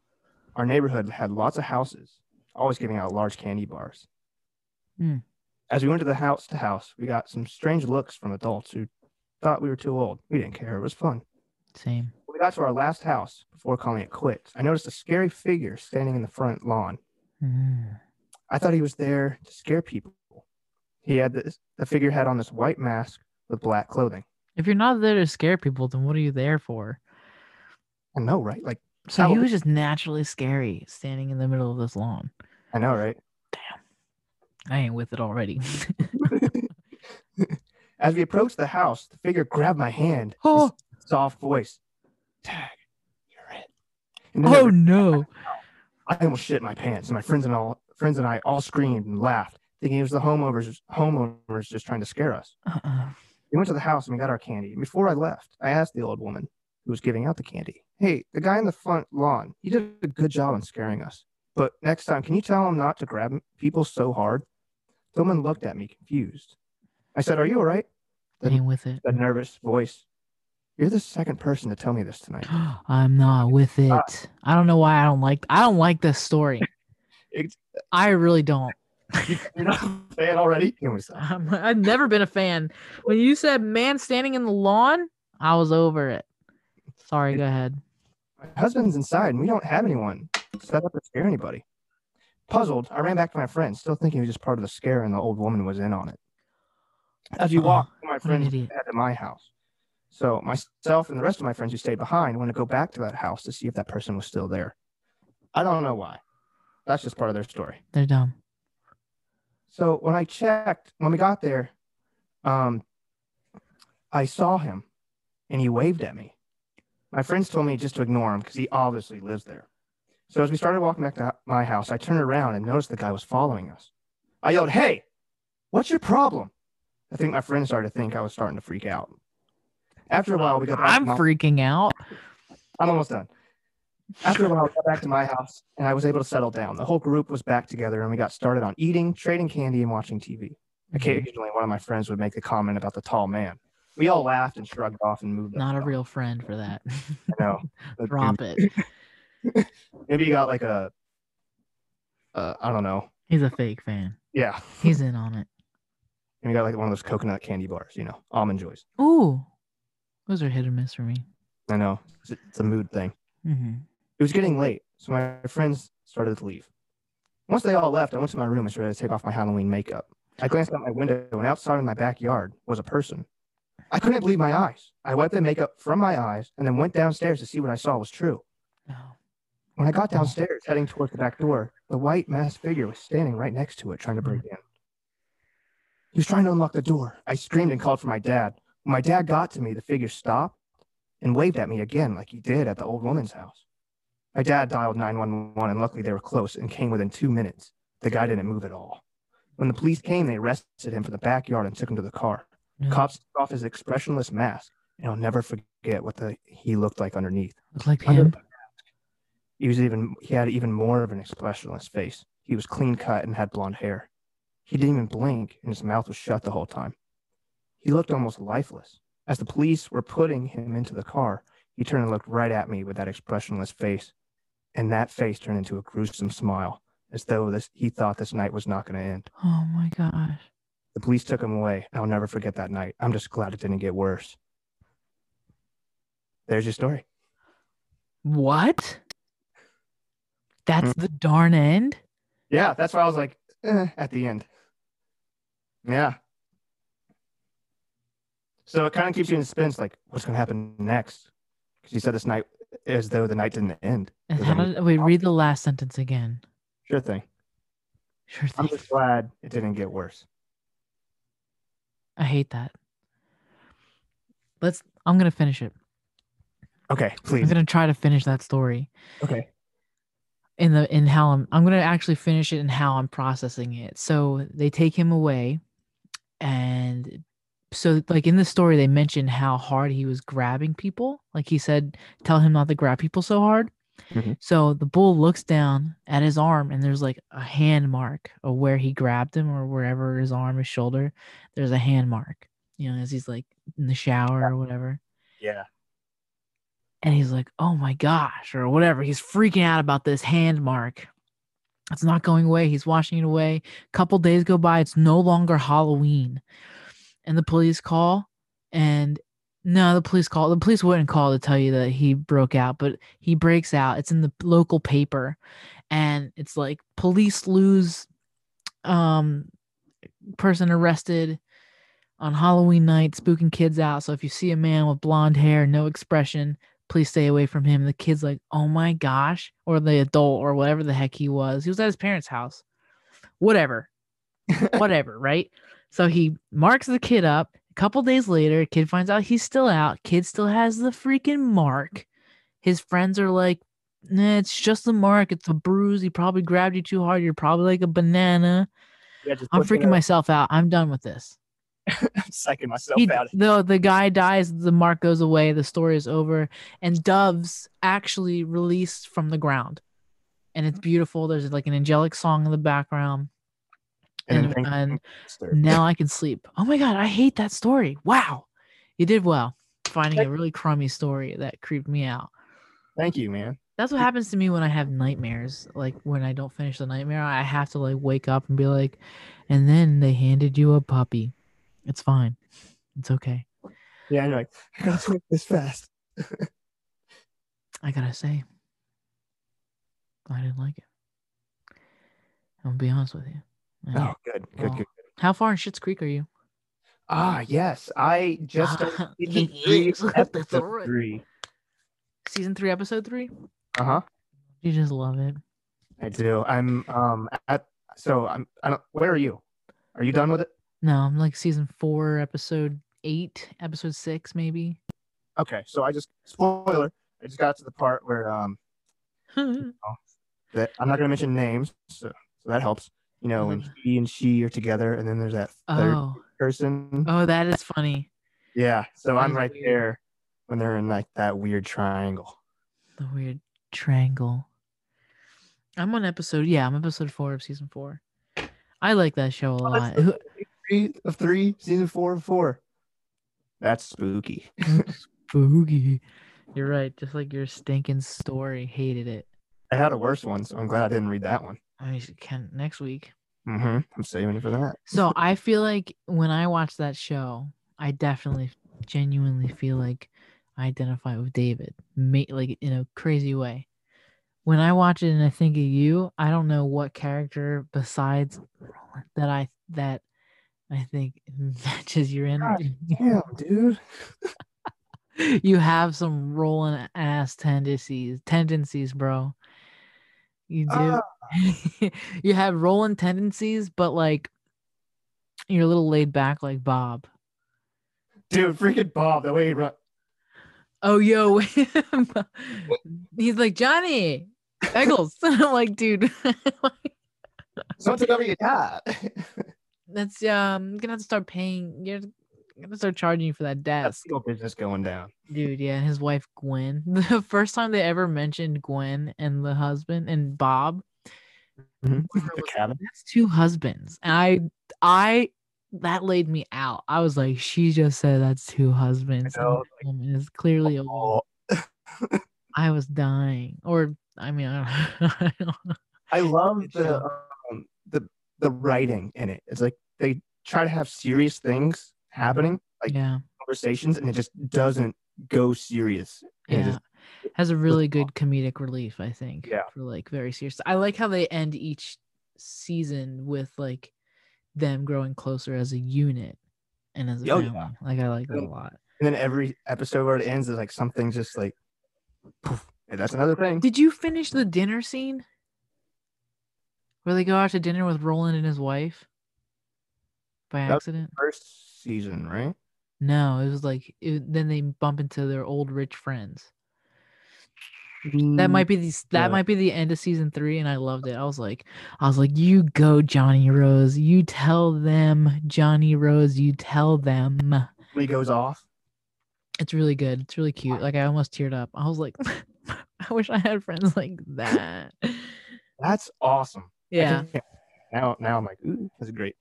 S3: Our neighborhood had lots of houses, always giving out large candy bars.
S2: Hmm.
S3: As we went to the house to house, we got some strange looks from adults who thought we were too old. We didn't care. It was fun.
S2: Same.
S3: When we got to our last house before calling it quits, I noticed a scary figure standing in the front lawn.
S2: Mm.
S3: I thought he was there to scare people. He had this, the figure had on this white mask with black clothing.
S2: If you're not there to scare people, then what are you there for?
S3: I know, right? Like,
S2: So he
S3: Halloween.
S2: was just naturally scary standing in the middle of this lawn.
S3: I know, right?
S2: I ain't with it already.
S3: As we approached the house, the figure grabbed my hand. in
S2: oh,
S3: his soft voice. Tag, you're it. And then
S2: oh no.
S3: I almost shit my pants, and my friends and all friends and I all screamed and laughed, thinking it was the homeowners homeowners just trying to scare us.
S2: Uh-uh.
S3: We went to the house and we got our candy. And before I left, I asked the old woman who was giving out the candy, Hey, the guy in the front lawn, he did a good job in scaring us. But next time, can you tell him not to grab people so hard? The woman looked at me confused. I said, Are you all right?
S2: I ain't with it.
S3: A nervous voice. You're the second person to tell me this tonight.
S2: I'm not with it. I don't know why I don't like I don't like this story.
S3: It's-
S2: I really don't.
S3: You're not saying already? Can we stop?
S2: I'm, Um, I've never been a fan. When you said man standing in the lawn, I was over it. Sorry, go ahead.
S3: My husband's inside and we don't have anyone set up to scare anybody. Puzzled, I ran back to my friend, still thinking it was just part of the scare and the old woman was in on it. As we
S2: Uh-oh.
S3: walked, my
S2: Oh, an
S3: friends
S2: idiot.
S3: back to my house. So myself and the rest of my friends who stayed behind want to go back to that house to see if that person was still there. I don't know why. That's just part of their story.
S2: They're dumb.
S3: So when I checked, when we got there, um, I saw him and he waved at me. My friends told me just to ignore him because he obviously lives there. So as we started walking back to my house, I turned around and noticed the guy was following us. I yelled, Hey, what's your problem? I think my friends started to think I was starting to freak out. After a while, we got back to
S2: I'm
S3: my-
S2: freaking out.
S3: I'm almost done. After a while, I got back to my house and I was able to settle down. The whole group was back together and we got started on eating, trading candy, and watching TV.
S2: Mm-hmm.
S3: Occasionally, one of my friends would make the comment about the tall man. We all laughed and shrugged off and moved.
S2: Not a
S3: on.
S2: real friend for that.
S3: I know. But
S2: Drop it.
S3: Maybe you got like a, uh, I don't know.
S2: He's a fake fan.
S3: Yeah.
S2: He's in on it.
S3: And you got like one of those coconut candy bars, you know, almond joys.
S2: Ooh, those are hit or miss for me.
S3: I know. It's a, it's a mood thing. Mm-hmm.
S2: hmm
S3: It was getting late, so my friends started to leave. Once they all left, I went to my room and started to take off my Halloween makeup. I glanced out my window, and outside in my backyard was a person. I couldn't believe my eyes. I wiped the makeup from my eyes and then went downstairs to see what I saw was true.
S2: No.
S3: When I got downstairs, heading towards the back door, the white masked figure was standing right next to it, trying to break in. He was trying to unlock the door. I screamed and called for my dad. When my dad got to me, the figure stopped and waved at me again, like he did at the old woman's house. My dad dialed 911, and luckily they were close and came within two minutes. The guy didn't move at all. When the police came, they arrested him for the backyard and took him to the car.
S2: Yeah.
S3: Cops took off his expressionless mask, and I'll never forget what the, he looked like underneath.
S2: Look like
S3: Under-
S2: him.
S3: He was even he had even more of an expression on his face. He was clean cut and had blonde hair. He didn't even blink and his mouth was shut the whole time. He looked almost lifeless. As the police were putting him into the car, he turned and looked right at me with that expressionless face, and that face turned into a gruesome smile, as though this he thought this night was not going to end.
S2: Oh my gosh.
S3: The police took him away. I'll never forget that night. I'm just glad it didn't get worse. There's your story.
S2: What? That's
S3: Mm.
S2: the darn end?
S3: Yeah, that's why I was like, eh, at the end. Yeah. So it kind of keeps you in suspense, like what's going to happen next? She said this night as though the night didn't end. Does
S2: And
S3: that
S2: how
S3: mean-
S2: did, wait, read the last sentence again.
S3: Sure thing.
S2: Sure
S3: I'm
S2: thing.
S3: just glad it didn't get worse.
S2: I hate that. Let's. I'm gonna finish it.
S3: Okay,
S2: I'm
S3: please.
S2: gonna try to finish that story
S3: Okay.
S2: in the in how I'm. I'm gonna actually finish it in how I'm processing it. So they take him away, and so like in the story they mention how hard he was grabbing people. Like he said, tell him not to grab people so hard.
S3: Mhm.
S2: So the bull looks down at his arm, and there's like a hand mark of where he grabbed him or wherever his arm, his shoulder. There's a hand mark, you know, as he's like in the shower or whatever.
S3: Yeah.
S2: and he's like, "Oh my gosh," or whatever. He's freaking out about this hand mark. It's not going away. He's washing it away. couple days go by. It's no longer Halloween, and the police call. And no, the police call. The police wouldn't call to tell you that he broke out, but he breaks out. It's in the local paper, and it's like police lose, um, person arrested on Halloween night, spooking kids out. So if you see a man with blonde hair, no expression, please stay away from him. The kid's like, oh my gosh, or the adult or whatever the heck he was. He was at his parents' house. Whatever. whatever, right? So he marks the kid up. A couple days later, kid finds out he's still out. Kid still has the freaking mark. His friends are like, nah, it's just the mark. It's a bruise. He probably grabbed you too hard. You're probably like a banana.
S3: yeah just
S2: I'm
S3: pushing
S2: freaking
S3: it-
S2: myself out. I'm done with this
S3: I'm psyching myself
S2: he,
S3: out.
S2: the the guy dies, the mark goes away, the story is over, and doves actually released from the ground, and it's beautiful. There's like an angelic song in the background,
S3: And,
S2: and,
S3: then things
S2: and
S3: disturbed.
S2: now I can sleep. Oh my god, I hate that story. Wow, you did well finding a really crummy story that creeped me out.
S3: Thank you, man.
S2: That's what happens to me when I have nightmares. Like when I don't finish the nightmare, I have to like wake up and be like, and then they handed you a puppy. It's fine. It's okay.
S3: Yeah, I know. like, I gotta sleep this fast.
S2: I gotta say, I didn't like it. I'm gonna be honest with you. I
S3: Oh,
S2: didn't.
S3: good, good,
S2: Well,
S3: good.
S2: How far in Shit's Creek are you?
S3: Ah, yes. I just started season three,
S2: Yes, that's
S3: episode
S2: alright.
S3: three.
S2: Season three, episode three.
S3: Uh huh.
S2: You just love it.
S3: I do. I'm um at so I'm I don't where are you? Are you done with it?
S2: No, I'm like season four, episode eight, episode six, maybe.
S3: Okay, so I just spoiler. I just got to the part where um
S2: yeah,
S3: that I'm not gonna mention names, so, so that helps. You know, when
S2: Mhm.
S3: he and she are together, and then there's that third
S2: Oh.
S3: person.
S2: Oh, that is funny.
S3: Yeah, so I'm
S2: is
S3: right
S2: weird.
S3: there when they're in like that weird triangle.
S2: The weird triangle. I'm on episode. Yeah, I'm episode four of season four. I like that show a
S3: Oh,
S2: lot.
S3: that's
S2: Who-
S3: Three of three, season four of four. That's spooky.
S2: Boogie. You're right. Just like your stinking story, hated it.
S3: I had a worse one, so I'm glad I didn't read that one.
S2: I mean, she can next week.
S3: Mm-hmm. I'm saving it for that.
S2: So I feel like when I watch that show, I definitely, genuinely feel like I identify with David, ma- like in a crazy way. When I watch it and I think of you, I don't know what character besides Roland that I that I think matches your energy.
S3: Damn, dude.
S2: you have some rolling ass tendencies tendencies bro you do you have rolling tendencies but like you're a little laid back like bob
S3: Dude, freaking Bob, the way he run.
S2: oh yo he's like johnny Eggles. i'm like dude
S3: Something over your dad.
S2: that's um gonna have to start paying you're gonna start charging you for that
S3: That's
S2: desk
S3: still business going down.
S2: Dude, yeah, and his wife Gwen. The first time they ever mentioned Gwen and the husband and Bob,
S3: Mhm.
S2: Whoever
S3: The
S2: was like,
S3: cabin.
S2: that's two husbands. And I, I, that laid me out. I was like, she just said that's two husbands. and
S3: know,
S2: this woman is clearly a woman.
S3: Oh,
S2: I was dying, or I mean, I don't, I don't know.
S3: I love
S2: Good
S3: the um, the the writing in it. It's like they try to have serious things happening, like
S2: yeah,
S3: conversations, and it just doesn't go serious. And it
S2: yeah.
S3: just-
S2: Has a really good comedic relief, I think.
S3: Yeah.
S2: For like very serious. I like how they end each season with like them growing closer as a unit and as a
S3: Oh,
S2: family.
S3: yeah.
S2: Like I like that a
S3: Yeah.
S2: lot.
S3: and then every episode where it ends is like something just like Poof. And that's another thing.
S2: Did you finish the dinner scene? Where they go out to dinner with Roland and his wife? By
S3: That-
S2: accident?
S3: First season, right?
S2: No, it was like it, then they bump into their old rich friends. That might be the s- that
S3: Mm-hmm. yeah.
S2: might be the end of season three, and I loved it. I was like, I was like, you go, Johnny Rose. You tell them, Johnny Rose. You tell them.
S3: Lee goes off.
S2: It's really good. It's really cute. Like I almost teared up. I was like, I wish I had friends like that.
S3: That's awesome. I
S2: Yeah,
S3: can't- Now, now I'm like, ooh, that's great.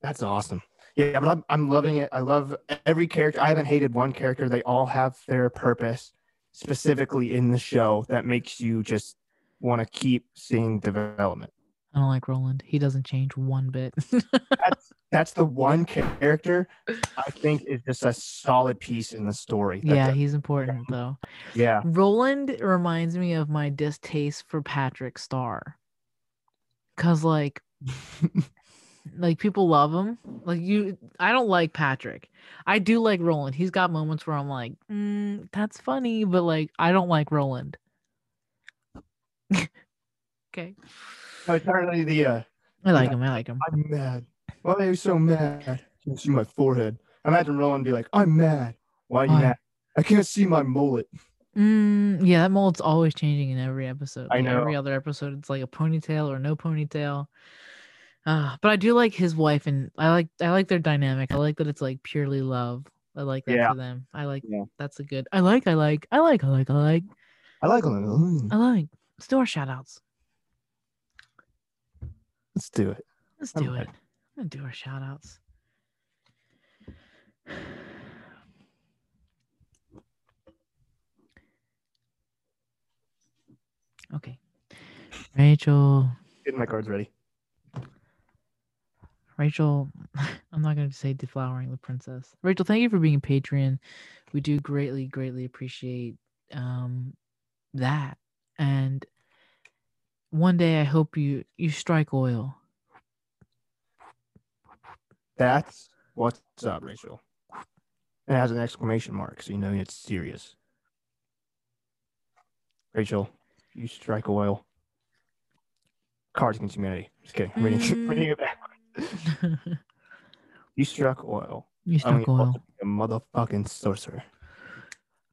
S3: That's awesome. Yeah, but I'm, I'm loving it. I love every character. I haven't hated one character. They all have their purpose specifically in the show that makes you just want to keep seeing development.
S2: I don't like Roland. He doesn't change one bit.
S3: That's the one character I think is just a solid piece in the story. That's
S2: yeah,
S3: it.
S2: he's important though.
S3: yeah.
S2: Roland reminds me of my distaste for Patrick Starr. Cause like like people love him. Like you I don't like Patrick. I do like Roland. He's got moments where I'm like, mm, that's funny, but like I don't like Roland. okay.
S3: No, it's not really the uh,
S2: I like him. I like him.
S3: I'm mad. Why are you so mad? I can see my forehead. Imagine Roland be like, I'm mad. Why are you
S2: Why?
S3: mad? I can't see my mullet.
S2: Mm, yeah, that mold's always changing in every episode.
S3: I
S2: Like,
S3: know.
S2: Every other episode, it's like a ponytail or no ponytail. Uh, but I do like his wife, and I like I like their dynamic. I like that it's like purely love. I like that
S3: Yeah.
S2: for them. I like
S3: Yeah.
S2: that's a good. I like. I like. I like. I like. I like.
S3: I like him.
S2: I like. Let's do our shout outs.
S3: Let's do it.
S2: Let's
S3: I'm
S2: do
S3: good.
S2: it. I'm gonna do our shout outs. Okay. Rachel,
S3: Getting my cards ready.
S2: Rachel, I'm not going to say deflowering the princess. Rachel, thank you for being a patron. We do greatly, greatly appreciate um, that. And one day, I hope you you strike oil.
S3: That's what's up, Rachel. It has an exclamation mark, so you know it's serious. Rachel, you strike oil. Cards against humanity. Just kidding. I'm reading,
S2: Mm.
S3: reading it back. You struck oil.
S2: you
S3: I'm
S2: strike oil.
S3: a motherfucking sorcerer.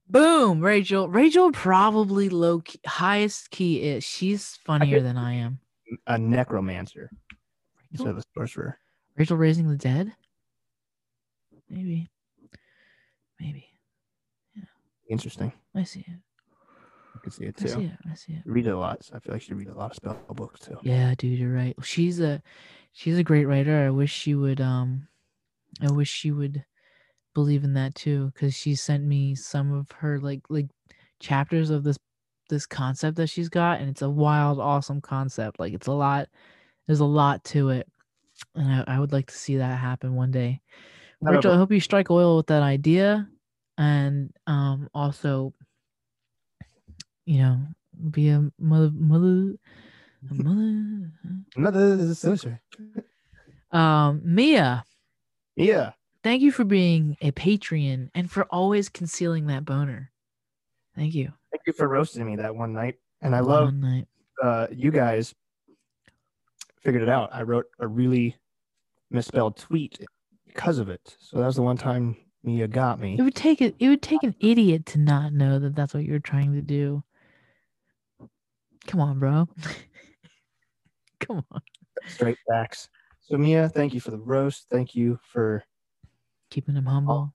S2: Boom, Rachel. Rachel probably low key, highest key is she's funnier than I am.
S3: A necromancer instead
S2: Rachel,
S3: of a sorcerer.
S2: Rachel raising the dead. Maybe, maybe
S3: Interesting.
S2: I see it.
S3: I can see it
S2: I
S3: too.
S2: see it. I see it.
S3: You read it a lot, so I feel like you read a lot of spell books too.
S2: Yeah, dude, you're right. She's a she's a great writer. I wish she would um I wish she would believe in that too cuz she sent me some of her like like chapters of this this concept that she's got and it's a wild awesome concept. Like it's a lot there's a lot to it. And I, I would like to see that happen one day.
S3: Not a
S2: Rachel, I hope you strike oil with that idea and um also you know be a mother mother a mother
S3: book. Another sorcerer.
S2: um mia
S3: Yeah.
S2: thank you for being a patreon and for always concealing that boner thank you
S3: Thank you for roasting me that one night. And I love
S2: One night.
S3: uh, you guys figured it out. I wrote a really misspelled tweet because of it. So that was the one time Mia got me.
S2: it would take it it would take an idiot to not know that that's what you're trying to do come on bro come on
S3: Straight facts. So Mia, thank you for the roast. Thank you for
S2: keeping him humble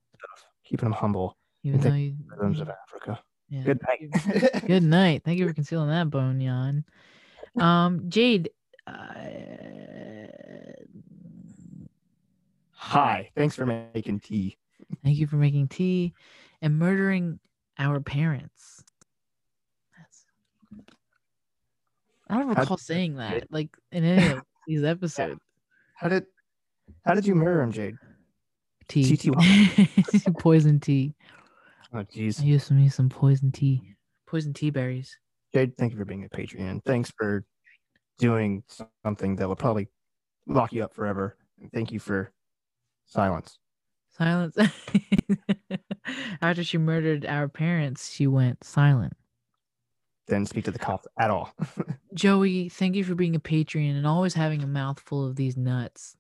S3: keeping them humble.
S2: even
S3: thank
S2: though you
S3: Rhythms of Africa.
S2: yeah.
S3: Good night.
S2: Good night. Thank you for concealing that bone, Jan. Um, Jade. Uh,
S3: Hi. Thanks for making tea.
S2: thank you for making tea and murdering our parents. That's, I don't
S3: How-
S2: recall saying that, like in any of these episodes.
S3: How did how did you murder him, Jade?
S2: Tea, poison tea.
S3: Oh jeez.
S2: I used to need some poison tea, poison tea berries.
S3: Jade, thank you for being a Patreon. Thanks for doing something that will probably lock you up forever. And thank you for silence.
S2: Silence. After she murdered our parents, she went silent.
S3: Didn't speak to the cops at all.
S2: Joey, thank you for being a Patreon and always having a mouthful of these nuts.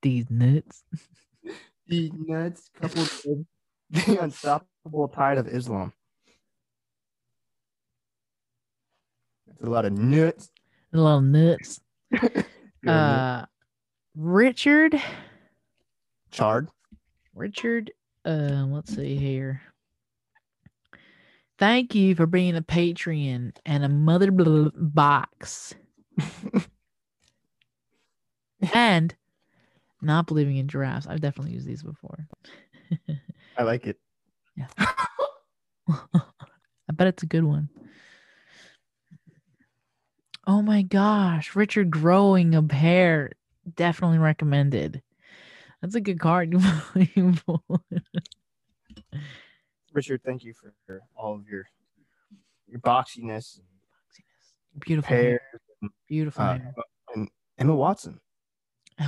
S2: These nuts.
S3: The nuts coupled with the unstoppable tide of Islam. That's a lot of nuts.
S2: Little nuts.
S3: You're a nut.
S2: Uh Richard.
S3: Chard.
S2: Richard, um, let's see here. Thank you for being a Patreon and a mother bl- box. and not believing in giraffes. I've definitely used these before.
S3: I like it.
S2: I bet it's a good one. Oh my gosh, Richard growing a pair. Definitely recommended. That's a good card. you pulled.
S3: Richard, thank you for all of your your boxiness,
S2: Beautiful hair.
S3: hair,
S2: Beautiful
S3: uh,
S2: hair.
S3: and Emma Watson.
S2: Yo,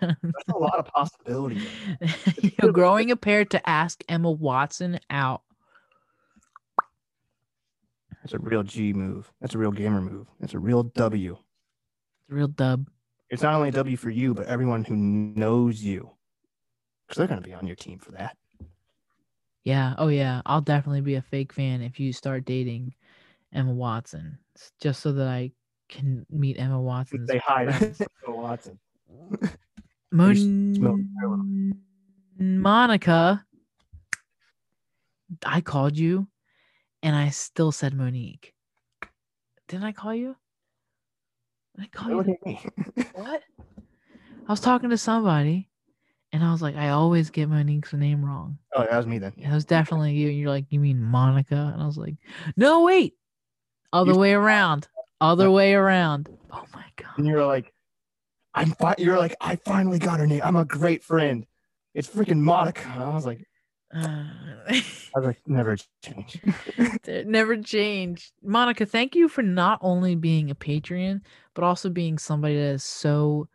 S3: That's a lot of possibilities.
S2: growing a pair to ask Emma Watson out.
S3: That's a real G move. That's a real gamer move. That's a real W.
S2: The real dub.
S3: It's not only a W for you, but everyone who knows you, because they're going to be on your team for that.
S2: Yeah. Oh yeah. I'll definitely be a fake fan if you start dating Emma Watson. s- Just so that I can meet Emma Watson's
S3: They hide
S2: friends.
S3: Emma Watson. smell
S2: Mon- Monica. I called you and I still said Monique. Didn't I call you? Did I call you?
S3: Look at me.
S2: What? I was talking to somebody and I was like, I always get Monique's name wrong.
S3: Oh, that was me then.
S2: And it was definitely you. And you're like, you mean Monica? And I was like, no, wait. Other
S3: You-
S2: way around. Other way around. Oh my God.
S3: And you were like, I'm. Fi-, you were like, I finally got her name. I'm a great friend. It's freaking Monica. I was like,
S2: Uh,
S3: I was like, never change.
S2: it never changed. Monica, thank you for not only being a Patreon, but also being somebody that is so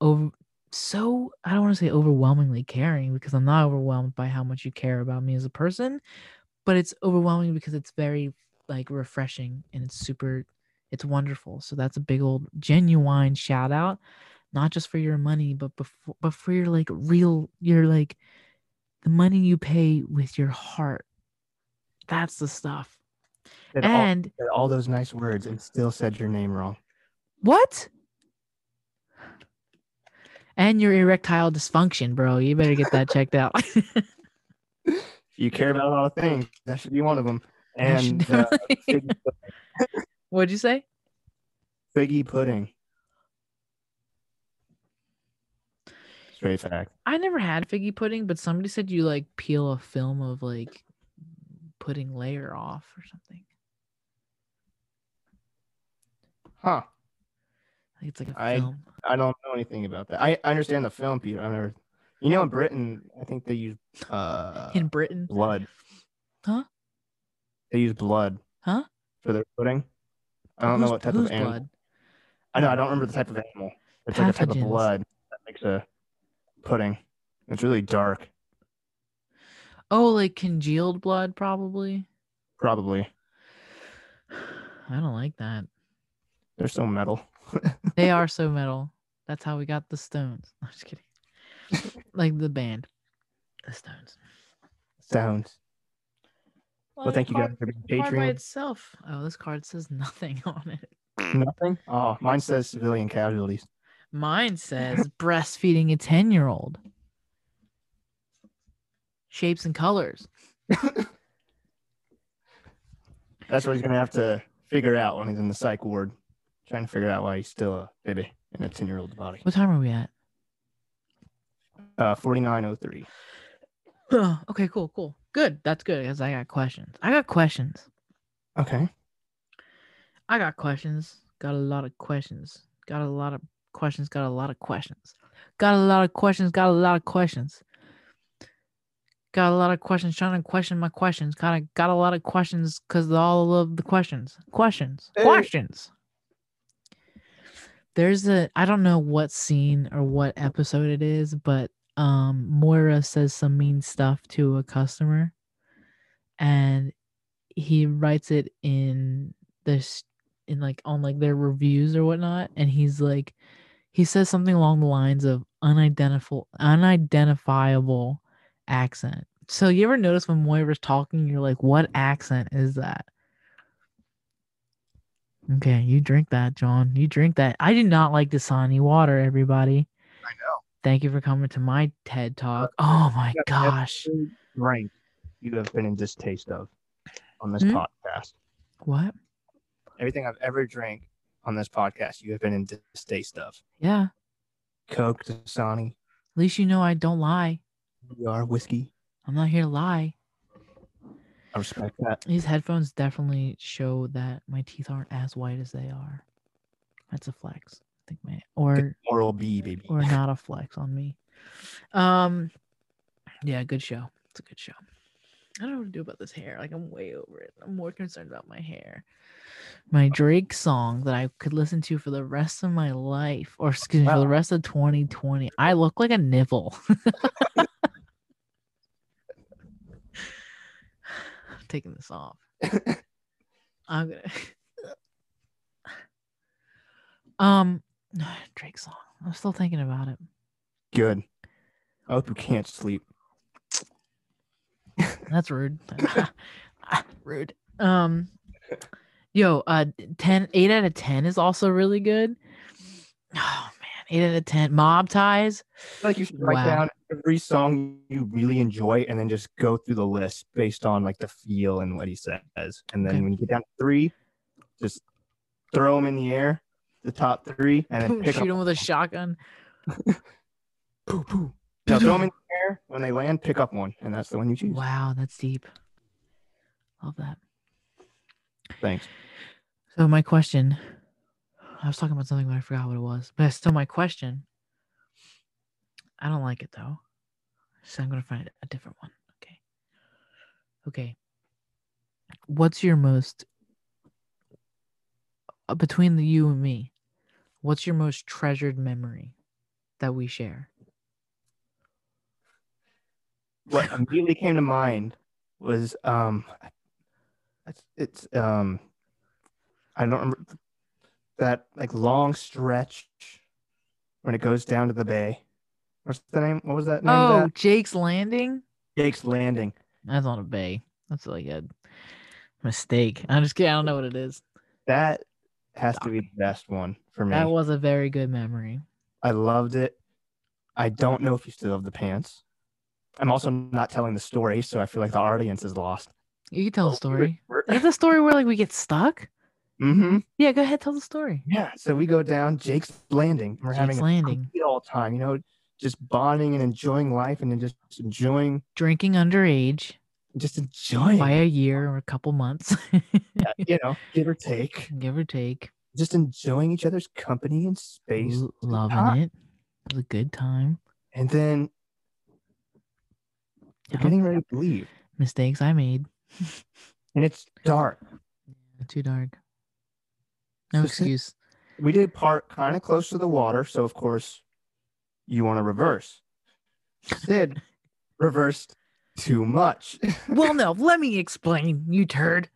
S2: over so I don't want to say overwhelmingly caring because I'm not overwhelmed by how much you care about me as a person, but it's overwhelming because it's very like refreshing and it's super it's wonderful. So that's a big old genuine shout out, not just for your money, but before but for your like real your like the money you pay with your heart. That's the stuff.
S3: Said all,
S2: And
S3: said all those nice words and still said your name wrong.
S2: What? And your erectile dysfunction, bro. You better get that checked out.
S3: You care about a lot of things. That should be one of them.
S2: I should
S3: And uh,
S2: definitely-
S3: fig-
S2: What'd you say?
S3: figgy pudding. Straight fact.
S2: I never had figgy pudding, but somebody said you like peel a film of like pudding layer off or something.
S3: Huh.
S2: Like it's like a
S3: I-
S2: film.
S3: I don't know anything about that. I, I understand the film, Peter. I never. You know, in Britain, I think they use uh,
S2: In Britain.
S3: blood.
S2: Huh?
S3: They use blood.
S2: Huh?
S3: For their pudding. I don't know
S2: Whose-
S3: what type of
S2: whose
S3: animal.
S2: blood?
S3: I know. I don't remember the type of animal. It's like a type of
S2: Pathogens.
S3: blood that makes a pudding. It's really dark,
S2: Oh, like congealed blood, probably.
S3: probably.
S2: I don't like that.
S3: They're so metal.
S2: They are so metal. That's how we got the Stones. I'm just kidding. like the band, the Stones.
S3: Sounds. Well, thank you guys for being
S2: Card by
S3: Patreon.
S2: itself. Oh, this card says nothing on it.
S3: Nothing. Oh, mine says civilian casualties.
S2: Mine says breastfeeding a ten-year-old. Shapes and colors.
S3: That's what he's gonna have to figure out when he's in the psych ward, trying to figure out why he's still a baby in a ten-year-old body.
S2: What time are we at?
S3: Uh, forty-nine oh three.
S2: okay, cool, cool, good. That's good because I got questions. I got questions.
S3: Okay.
S2: I got questions. Got a lot of questions. Got a lot of questions. Got a lot of questions. Got a lot of questions. Got a lot of questions. Got a lot of questions. Trying to question my questions. Kind of got a lot of questions because all of the questions. Questions.
S3: Hey.
S2: Questions. there's a I don't know what scene or what episode it is, but um Moira says some mean stuff to a customer and he writes it in this in like on like their reviews or whatnot and he's like he says something along the lines of unidentifiable unidentifiable accent. So you ever notice when Moira's talking, you're like, what accent is that? Okay, you drink that, John. You drink that. I do not like Dasani water, everybody.
S3: I know. Uh,
S2: Thank you for coming to my TED talk. Oh my gosh.
S3: Drink you have been in distaste of on this
S2: Hmm?
S3: podcast.
S2: What?
S3: Everything I've ever drank on this podcast, you have been in distaste of.
S2: Yeah. At
S3: Coke, Dasani,
S2: least you know I don't lie.
S3: VR, whiskey.
S2: I'm not here to lie.
S3: I respect that.
S2: These headphones definitely show that my teeth aren't as white as they are. That's a flex. I think my or
S3: Oral B, baby.
S2: or not a flex on me. Um yeah, good show. It's a good show. I don't know what to do about this hair. Like I'm way over it. I'm more concerned about my hair. My Drake song that I could listen to for the rest of my life, or excuse me, for the
S3: Wow.
S2: rest of 2020. I look like a nipple. I'm taking this off. I'm gonna um Drake song. I'm still thinking about it.
S3: Good. I hope you can't sleep.
S2: That's rude. rude. Um yo, uh 10 8 out of 10 is also really good. Oh man, 8 out of 10 mob ties.
S3: I feel like you should write
S2: Wow.
S3: down every song you really enjoy and then just go through the list based on like the feel and what he says. And then
S2: Okay.
S3: when you get down to three, just throw them in the air, the top three, and then
S2: Boom,
S3: pick
S2: shoot
S3: them.
S2: him with a shotgun.
S3: Poo, poo. No, throw them in the air. When they land, pick up one, and that's the one you choose.
S2: Wow, that's deep. Love that.
S3: Thanks.
S2: So my question I was talking about something but I forgot what it was. But still my question. I don't like it though. So I'm gonna find a different one. Okay. Okay. What's your most uh, between the you and me, what's your most treasured memory that we share?
S3: What immediately came to mind was um, it's, it's um, I don't remember that like long stretch when it goes down to the bay. What's the name? What was that name? of
S2: oh,
S3: that?
S2: Jake's Landing?
S3: Jake's Landing.
S2: That's not a bay. That's like a mistake. I'm just kidding. I don't know what it is.
S3: That has to be the best one for me.
S2: That was a very good memory.
S3: I loved it. I don't know if you still have the pants. I'm also not telling the story, so I feel like the audience is lost.
S2: You can tell a story. Is that the story where like we get stuck?
S3: Mm-hmm.
S2: Yeah, go ahead, tell the story.
S3: Yeah. So we go down Jake's Landing. and We're having
S2: Jake's
S3: a
S2: Landing.
S3: great all time, you know, just bonding and enjoying life and then just enjoying,
S2: Drinking underage
S3: just enjoying,
S2: by a year or a couple months,
S3: you know, give or take,
S2: give or take.
S3: just enjoying each other's company and space.
S2: L- loving
S3: time.
S2: it. It was a good time.
S3: And then we're
S2: Yeah.
S3: getting ready to leave,
S2: Mistakes I made.
S3: and it's dark.
S2: Too dark. No
S3: So since-
S2: excuse.
S3: we did park kind of close to the water, so of course you want to reverse. Sid reversed too much.
S2: well, no, let me explain, you turd.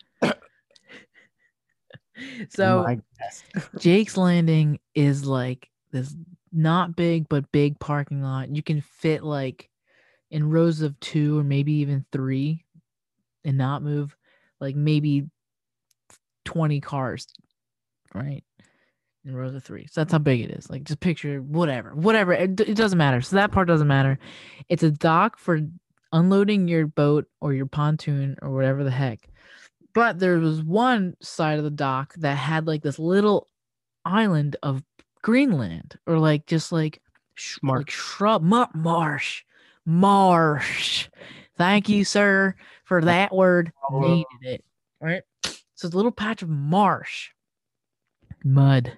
S2: so
S3: My-
S2: Jake's Landing is like this not big but big parking lot. You can fit like in rows of two or maybe even three and not move like maybe 20 cars, right? In rows of three. So that's how big it is. Like just picture whatever, whatever. It, d- it doesn't matter. So that part doesn't matter. It's a dock for unloading your boat or your pontoon or whatever the heck. But there was one side of the dock that had like this little island of Greenland or like just like, sh-
S3: Marsh.
S2: like shrub mar- marsh. Marsh. Thank you, sir, for that word.
S3: problem.
S2: Needed it. Right. So it's a little patch of marsh. Mud.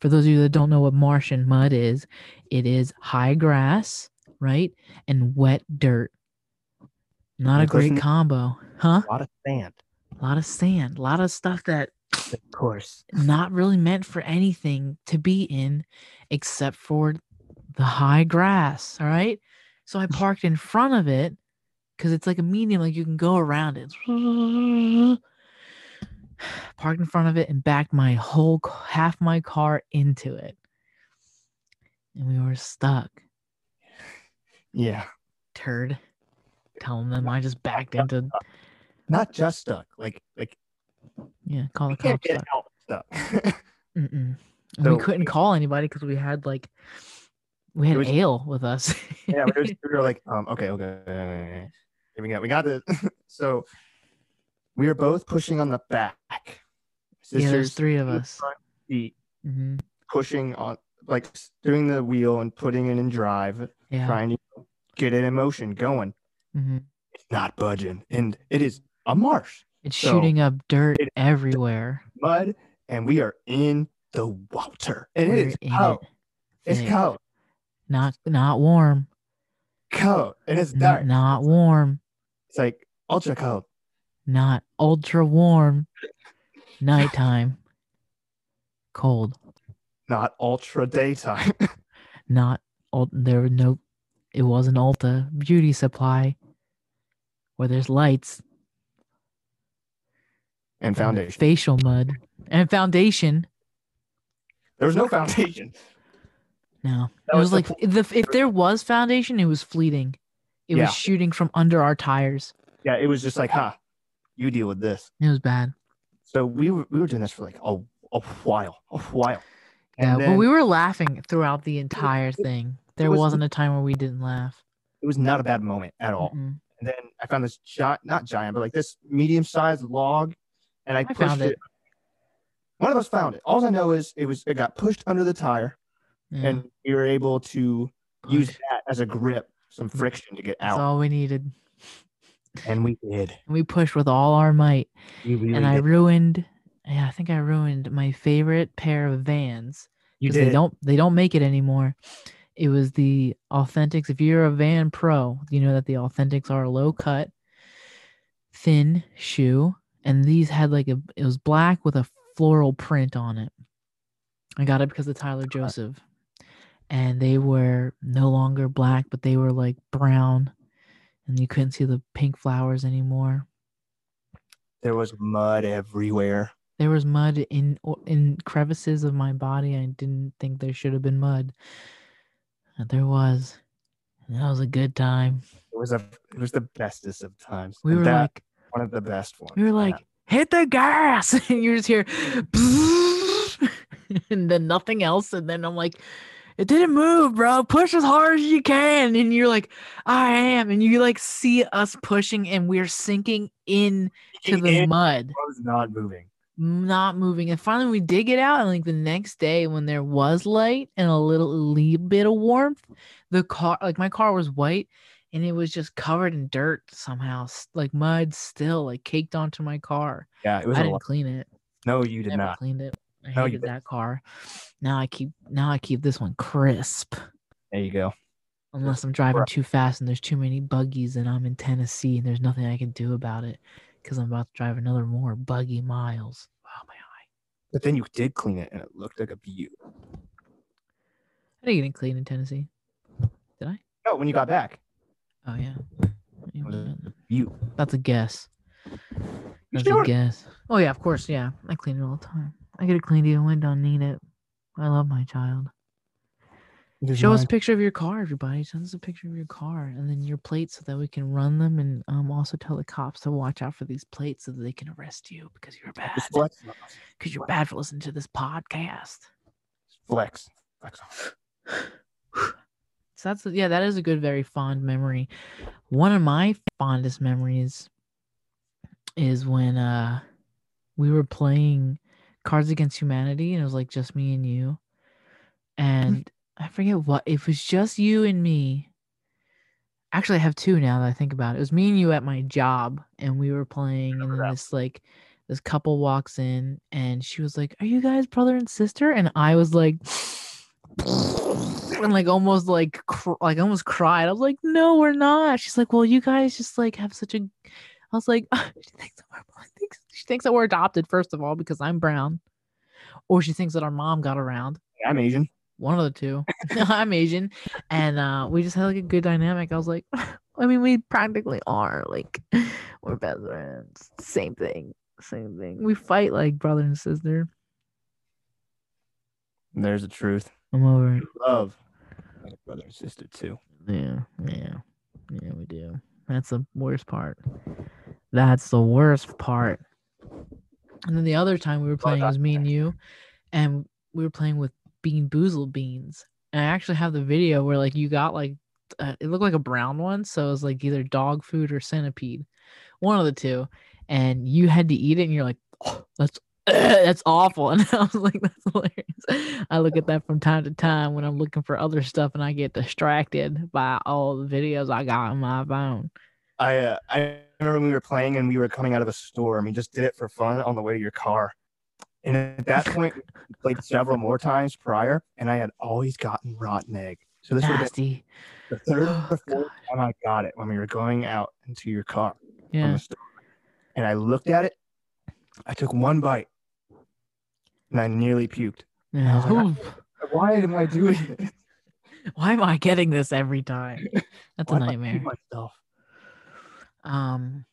S2: For those of you that don't know what marsh and mud is, it is high grass, right? And wet dirt. Not a
S3: Nicholas,
S2: great
S3: n-
S2: combo. Huh?
S3: a lot of sand.
S2: A lot of sand, a lot of stuff that
S3: Of course.
S2: not really meant for anything to be in except for the high grass. All right. So I
S3: Mm.
S2: parked in front of it because it's like a medium, like you can go around it. Parked in front of it and backed my whole c- half my car into it. And we were stuck.
S3: Yeah.
S2: Turd. Telling them I just backed into,
S3: Not just stuck. Like like
S2: yeah, call the
S3: you can't
S2: cops.
S3: get out
S2: Stuck.
S3: stuck.
S2: Mm-mm. And
S3: So
S2: we couldn't
S3: we-
S2: call anybody because we had like, we had
S3: It was-
S2: ale with us.
S3: yeah, we were, just- we were like, um, okay, okay, okay, okay, okay. we got, we got this. so we were both pushing on the back.
S2: yeah, there's
S3: Sisters
S2: three of
S3: in the
S2: us.
S3: front seat,
S2: hmm
S3: pushing on, like doing the wheel and putting it in drive,
S2: Yeah.
S3: trying to get it in motion, going,
S2: mhm.
S3: not budging, and it is a marsh,
S2: It's
S3: So,
S2: shooting up dirt
S3: it-
S2: everywhere.
S3: mud, and we are in the water, and
S2: We're
S3: it is
S2: in
S3: cold.
S2: it.
S3: It's
S2: thick.
S3: cold,
S2: Not not warm.
S3: cold, and it's
S2: N-
S3: dark.
S2: not warm.
S3: It's like ultra cold.
S2: Not ultra warm. Nighttime. Cold.
S3: Not ultra daytime.
S2: Not ult- there were no it wasn't Ulta beauty supply where there's lights
S3: and foundation.
S2: facial mud and foundation.
S3: There was no foundation.
S2: No.
S3: That
S2: it
S3: was
S2: was,
S3: the
S2: like the, if there was foundation, it was fleeting. It
S3: Yeah.
S2: was shooting from under our tires.
S3: yeah, it was just like, huh, you deal with this.
S2: It was bad.
S3: So we were we were doing this for like a, a while, a while.
S2: Yeah,
S3: And
S2: but
S3: then
S2: we were laughing throughout the entire thing. There
S3: was-
S2: wasn't a time where we didn't laugh.
S3: it was not a bad moment at all.
S2: Mm-mm.
S3: And then I found this giant, not giant, but like this medium sized log, and I,
S2: I
S3: pushed
S2: found
S3: it.
S2: it.
S3: One of us found it. All I know is it was it got pushed under the tire,
S2: Yeah,
S3: and we were able to use
S2: push.
S3: that as a grip, some friction to get
S2: That's
S3: out,
S2: all we needed.
S3: and we did.
S2: And we pushed with all our might.
S3: We really
S2: and I
S3: did.
S2: ruined yeah, I think I ruined my favorite pair of vans.
S3: you
S2: 'cause
S3: did.
S2: They don't they don't make it anymore. It was the Authentics. If you're a Van Pro, you know that the Authentics are a low cut, thin shoe, and these had like a it was black with a floral print on it. I got it because of Tyler Joseph, and they were no longer black, but they were like brown, and you couldn't see the pink flowers anymore.
S3: There was mud everywhere.
S2: There was mud in o- in crevices of my body. I didn't think there should have been mud. But there was. And that was a good time.
S3: It was a it was the bestest of times.
S2: We
S3: And
S2: were
S3: that-
S2: like
S3: one of the best ones.
S2: we were
S3: Yeah.
S2: like hit the gas and you just hear and then nothing else and then I'm like it didn't move, bro. Push as hard as you can and you're like I am and you like see us pushing and we're sinking into
S3: It
S2: the mud.
S3: was not moving.
S2: not moving. And finally, we did get out. And like the next day, when there was light and a little, little bit of warmth, the car, like my car was white and it was just covered in dirt somehow, s- like mud still, like caked onto my car.
S3: Yeah, it was
S2: I
S3: a
S2: didn't
S3: lot.
S2: clean it.
S3: No, you did
S2: Never
S3: not.
S2: cleaned it. I
S3: No, you
S2: hated
S3: didn't.
S2: that car. Now I keep, now I keep this one crisp.
S3: There you go.
S2: Unless I'm driving
S3: Right.
S2: too fast and there's too many buggies and I'm in Tennessee and there's nothing I can do about it because I'm about to drive another more buggy miles. Oh my eye.
S3: But then you did clean it, and it looked like a beaut.
S2: I think you didn't clean in Tennessee.
S3: No, when you got back,
S2: Oh yeah. You
S3: Was
S2: wouldn't-
S3: you.
S2: That's a guess. That's
S3: sure?
S2: a guess. Oh yeah, of course. Yeah, I clean it all the time. I get it cleaned even when I don't need it. I love my child. Show us a picture of your car, everybody. Send us a picture of your car and then your plates so that we can run them and um, also tell the cops to watch out for these plates so that they can arrest you because you're bad.
S3: Just flex, on us.
S2: Because you're bad for listening to this podcast.
S3: Just flex, flex. on us.
S2: So that's yeah, that is a good, very fond memory. One of my fondest memories is when uh we were playing Cards Against Humanity and it was like just me and you. And I forget what it was just you and me. Actually, I have two now that I think about it. It was me and you at my job, and we were playing, and
S3: Remember
S2: then
S3: that.
S2: this like this couple walks in and she was like, Are you guys brother and sister? And I was like and like almost like cr- like almost cried. I was like, no, we're not. She's like, well, you guys just like have such a. I was like, "Oh, she thinks I'm, I think thinks she thinks that we're adopted, first of all, because I'm brown. Or she thinks that our mom got around.
S3: I'm Asian.
S2: One of the two. I'm Asian. And uh we just had like a good dynamic. I was like, I mean, we practically are like we're best friends. Same thing. Same thing. We fight like brother and sister.
S3: There's the truth.
S2: I'm over it.
S3: Love. Like a brother and sister too.
S2: Yeah, yeah, yeah. We do. That's the worst part. That's the worst part. And then the other time we were playing was me and you, and we were playing with Bean Boozle beans. And I actually have the video where like you got like uh, it looked like a brown one, so it was like either dog food or centipede, one of the two. And you had to eat it, and you're like, "Oh, that's that's awful. And I was like, that's hilarious. I look at that from time to time when I'm looking for other stuff, and I get distracted by all the videos I got on my phone.
S3: I uh, I remember when we were playing and we were coming out of a store and we just did it for fun on the way to your car. And at that point, we played several more times prior, and I had always gotten rotten egg. So this was
S2: Nasty.
S3: the third
S2: Oh,
S3: or fourth time I got it when we were going out into your car. from the
S2: Yeah.
S3: store. And I looked at it. I took one bite and I nearly puked.
S2: yeah.
S3: I was
S2: Oof.
S3: Why am I doing this?
S2: Why am I getting this every time? That's
S3: Why
S2: a
S3: do I feed
S2: nightmare.
S3: Myself?
S2: Um,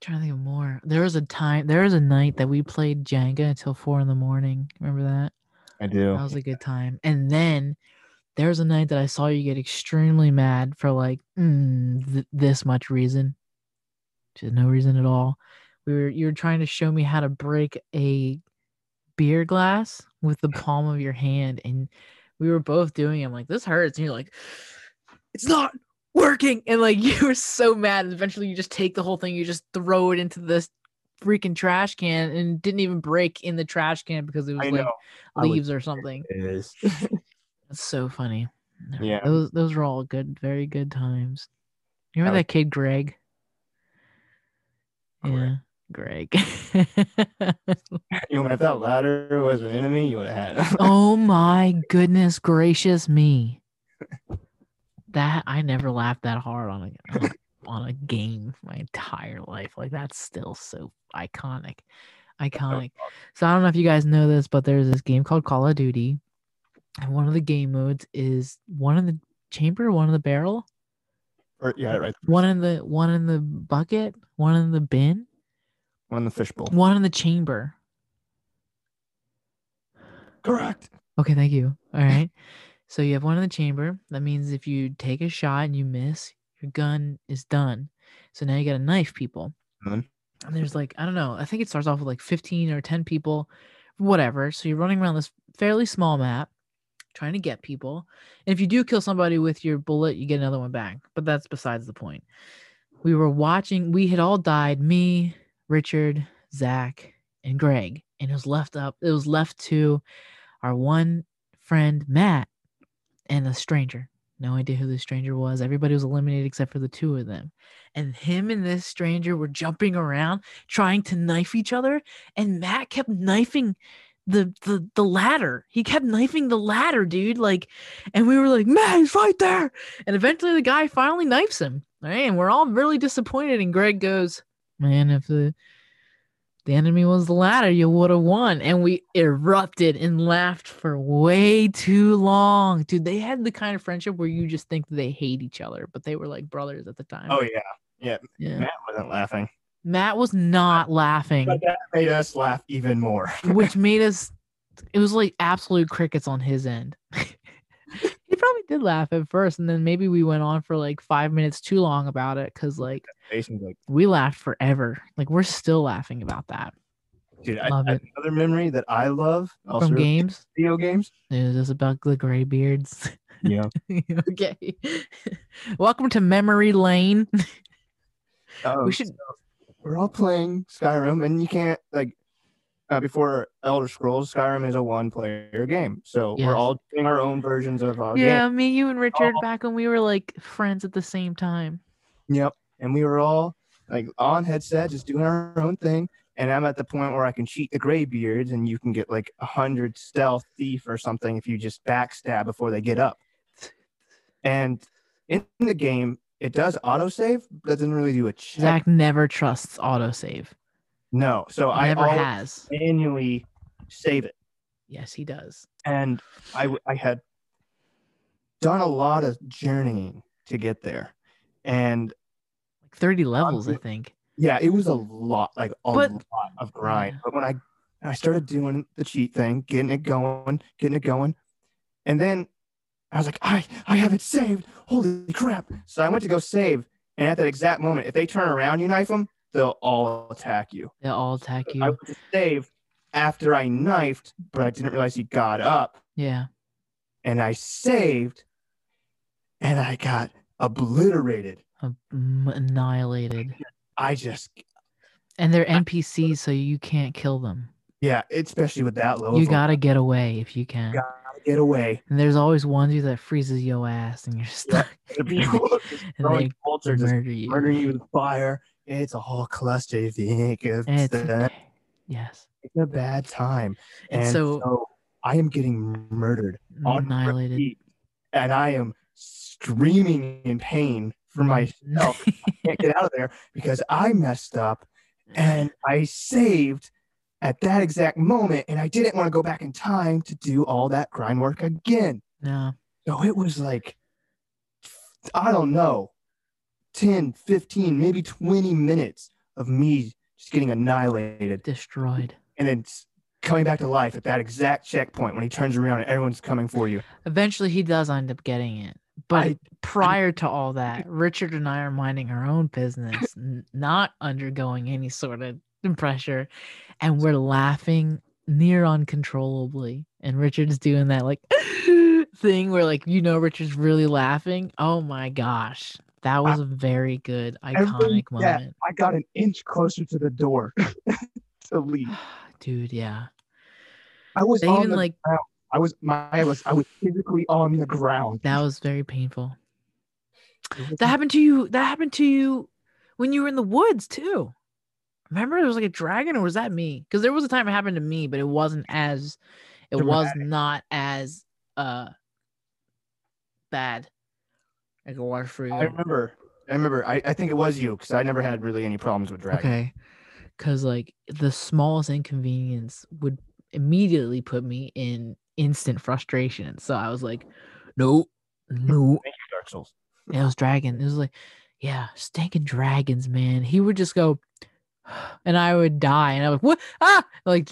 S2: trying to think of more. There was a time. There was a night that we played Jenga until four in the morning. Remember that?
S3: I do.
S2: That was a good time. And then there was a night that I saw you get extremely mad for like mm, th- this much reason, to no reason at all. We were you were trying to show me how to break a beer glass with the palm of your hand, and we were both doing. it. I'm like, this hurts, and you're like, it's not working, and like you were so mad. And eventually, you just take the whole thing, you just throw it into this freaking trash can, and it didn't even break in the trash can because it was
S3: I
S2: like
S3: know. I was-
S2: leaves or something.
S3: It is.
S2: That's so funny.
S3: Yeah.
S2: Those those were all good, very good times. You remember
S3: I
S2: that kid Greg? Yeah. Greg.
S3: You know, if that ladder was an enemy, you would have had. it.
S2: oh my goodness gracious me. That I never laughed that hard on a on a- on a game my entire life. Like that's still so iconic. Iconic. So I don't know if you guys know this, but there's this game called Call of Duty, and one of the game modes is one in the chamber, one in the barrel,
S3: Or- yeah, right.
S2: one in the one in the bucket, one in the bin,
S3: One in the fishbowl.
S2: one in the chamber.
S3: Correct.
S2: Okay, thank you. All right. So you have one in the chamber. That means if you take a shot and you miss, your gun is done. So now you got to knife people.
S3: Mhm.
S2: And there's like, I don't know, I think it starts off with like 15 or 10 people, whatever. So you're running around this fairly small map trying to get people. And if you do kill somebody with your bullet, you get another one back. But that's besides the point. We were watching, we had all died me, Richard, Zach, and Greg. And it was left up, it was left to our one friend Matt and a stranger. No idea who the stranger was. Everybody was eliminated except for the two of them. And him and this stranger were jumping around trying to knife each other. And Matt kept knifing the the the ladder. He kept knifing the ladder, dude. Like, and we were like, Matt, he's right there. And eventually the guy finally knifes him. All right. And we're all really disappointed. And Greg goes, Man, if the the enemy was the ladder, you would have won. And we erupted and laughed for way too long. Dude, they had the kind of friendship where you just think they hate each other, but they were like brothers at the time.
S3: Oh yeah,
S2: yeah.
S3: Matt wasn't laughing.
S2: Matt was not laughing,
S3: But that made us laugh even more.
S2: which made us, it was like absolute crickets on his end. he probably did laugh at first, and then maybe we went on for like five minutes too long about it because like
S3: Jason's like,
S2: we laughed forever. Like we're still laughing about that
S3: dude, I,
S2: Love
S3: I-
S2: it.
S3: another memory that I love also
S2: from
S3: relates to
S2: games.
S3: video games.
S2: It was just about the gray beards.
S3: Yeah.
S2: okay. Welcome to memory lane.
S3: Um,
S2: We should
S3: we're all playing Skyrim, and you can't like uh, before Elder Scrolls. Skyrim is a one-player game, so
S2: Yes.
S3: we're all doing our own versions of our
S2: Yeah, me, you and Richard
S3: Oh.
S2: back when we were like friends at the same time.
S3: game. Yep. And we were all like on headset, just doing our own thing. And I'm at the point where I can cheat the graybeards, and you can get like a hundred stealth thief or something if you just backstab before they get up. And in the game, it does autosave, but doesn't really do a check.
S2: Zach never trusts autosave.
S3: No. So I
S2: Never
S3: always
S2: has.
S3: manually save it.
S2: Yes, he does.
S3: And I, w- I had done a lot of journeying to get there. And
S2: Like 30 levels, I
S3: do-
S2: think.
S3: yeah, it was a lot, like a
S2: But-
S3: lot of grind.
S2: Yeah.
S3: But when I when I started doing the cheat thing, getting it going, getting it going, and then I was like, I I have it saved. Holy crap! So I went to go save, and at that exact moment, if they turn around, you knife them, they'll all attack you.
S2: They'll all attack
S3: I
S2: you.
S3: went to save after I knifed, but I didn't realize he got up,
S2: Yeah.
S3: and I saved, and I got obliterated.
S2: Um, mm, Annihilated.
S3: I just
S2: And they're NPCs, so you can't kill them.
S3: yeah, especially with that low.
S2: You
S3: of a-
S2: gotta get away if you can.
S3: Gotta get away.
S2: And there's always one dude that freezes your ass and you're stuck.
S3: The people just throwing
S2: they
S3: bolts
S2: to
S3: or just
S2: murder you.
S3: murdering you with fire. It's a whole cluster if you ain't good.
S2: And it's
S3: It's
S2: okay. Yes.
S3: a bad time.
S2: And,
S3: And,
S2: so,
S3: so, I am getting murdered on
S2: annihilated.
S3: repeat, and I am screaming in pain for myself. I can't get out of there because I messed up and I saved at that exact moment and I didn't want to go back in time to do all that grind work again.
S2: No.
S3: So it was like, I don't know, 10, 15, maybe 20 minutes of me just getting annihilated
S2: Destroyed.
S3: and then s- coming back to life at that exact checkpoint when he turns around and everyone's coming for you.
S2: Eventually he does end up getting it. But
S3: I-
S2: prior to all that, Richard and I are minding our own business, n- not undergoing any sort of pressure. And we're laughing near uncontrollably. And Richard's doing that like thing where like you know Richard's really laughing. Oh my gosh. That was a very good
S3: Every-
S2: iconic
S3: yeah.
S2: moment.
S3: I got an inch closer to the door to leave.
S2: Dude, yeah.
S3: I was
S2: They
S3: on
S2: even
S3: the,
S2: like
S3: I was my I was I was physically on the ground.
S2: that was very painful. That happened to you. That happened to you when you were in the woods too. Remember, there was like a dragon, or was that me? Because there was a time it happened to me, but it wasn't as, it was not as uh bad. Like it was for you.
S3: I remember. I remember. I, I think it was you because I never had really any problems with dragons.
S2: Okay, because like the smallest inconvenience would immediately put me in instant frustration. So I was like, nope, nope.
S3: Dark Souls.
S2: And It was dragon. It was like, yeah, stinking dragons, man. He would just go, and I would die, and I'm like, what? Ah, like,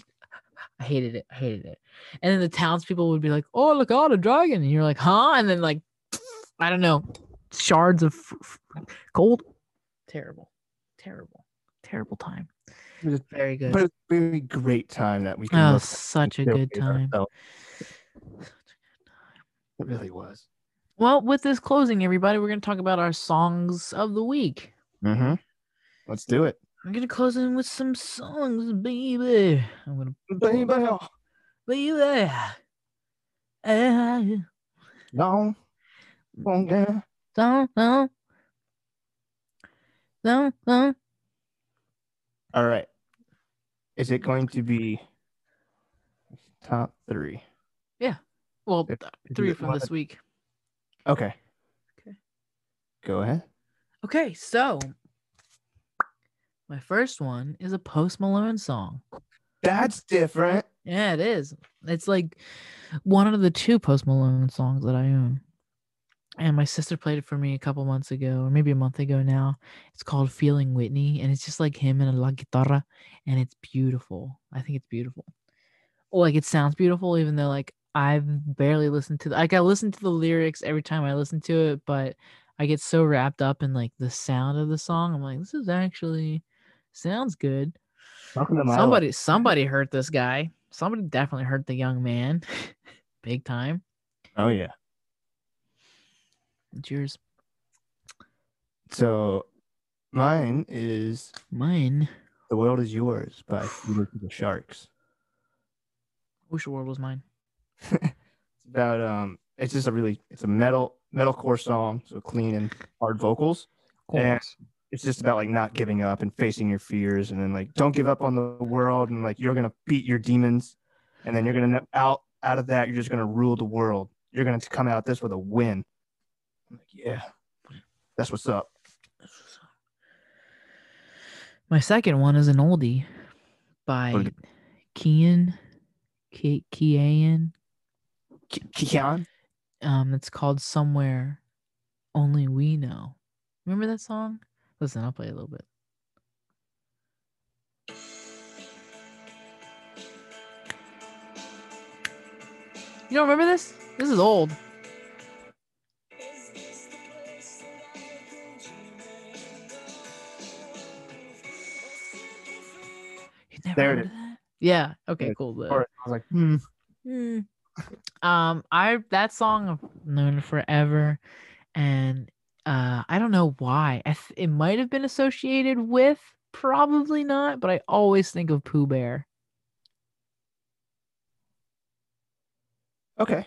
S2: I hated it. I hated it. And then the townspeople would be like, oh, look out, a dragon, and you're like, huh? And then like, I don't know, shards of f- f- gold. Terrible, terrible, terrible time.
S3: It was-
S2: Very good.
S3: But it was a very great time that we can
S2: Oh,
S3: look
S2: such a
S3: to
S2: good
S3: save
S2: time.
S3: ourselves. It really was.
S2: Well, with this closing, everybody, we're gonna talk about our songs of the week.
S3: Mm-hmm. Let's do it.
S2: I'm gonna close in with some songs, baby. I'm gonna baby. Eh, I
S3: No. Well, yeah.
S2: don't know. Don't know.
S3: All right. Is it going to be top three?
S2: Well,
S3: If-
S2: th-
S3: you
S2: three
S3: get
S2: from
S3: one-
S2: this week.
S3: Okay.
S2: Okay.
S3: Go ahead.
S2: Okay, so my first one is a Post Malone song.
S3: That's different.
S2: Yeah, it is. It's like one of the two Post Malone songs that I own. And my sister played it for me a couple months ago, or maybe a month ago now. It's called Feeling Whitney, and it's just like him and a la guitarra, and it's beautiful. I think it's beautiful. Or like it sounds beautiful, even though like I've barely listened to the, like I listen to the lyrics every time I listen to it, but I get so wrapped up in like the sound of the song. I'm like, this is actually sounds good.
S3: Welcome to my life.
S2: Somebody, somebody hurt this guy. Somebody definitely hurt the young man, big time.
S3: Oh yeah.
S2: It's yours,
S3: So mine is
S2: mine.
S3: The World Is Yours by Fever to the Sharks.
S2: Wish the world was mine.
S3: It's about um it's just a really it's a metal metalcore song, so clean and hard vocals. And it's just about like not giving up and facing your fears and then like don't give up on the world and like you're gonna beat your demons and then you're gonna n- out out of that you're just gonna rule the world. You're gonna come out this with a win. I'm like, yeah. That's what's up.
S2: My second one is an oldie. by
S3: Okay.
S2: Kian, K- Kian.
S3: K- Keon?
S2: Um, it's called "Somewhere Only We Know." Remember that song? Listen, I'll play a little bit. You don't remember this? This is old. You never
S3: There it
S2: heard of that? Yeah. Okay.
S3: Yeah,
S2: Cool. but-
S3: Or I was like, hmm.
S2: Mm. Um, I that song I've known forever, and uh, I don't know why. I th- it might have been associated with, probably not, but I always think of Pooh Bear.
S3: Okay.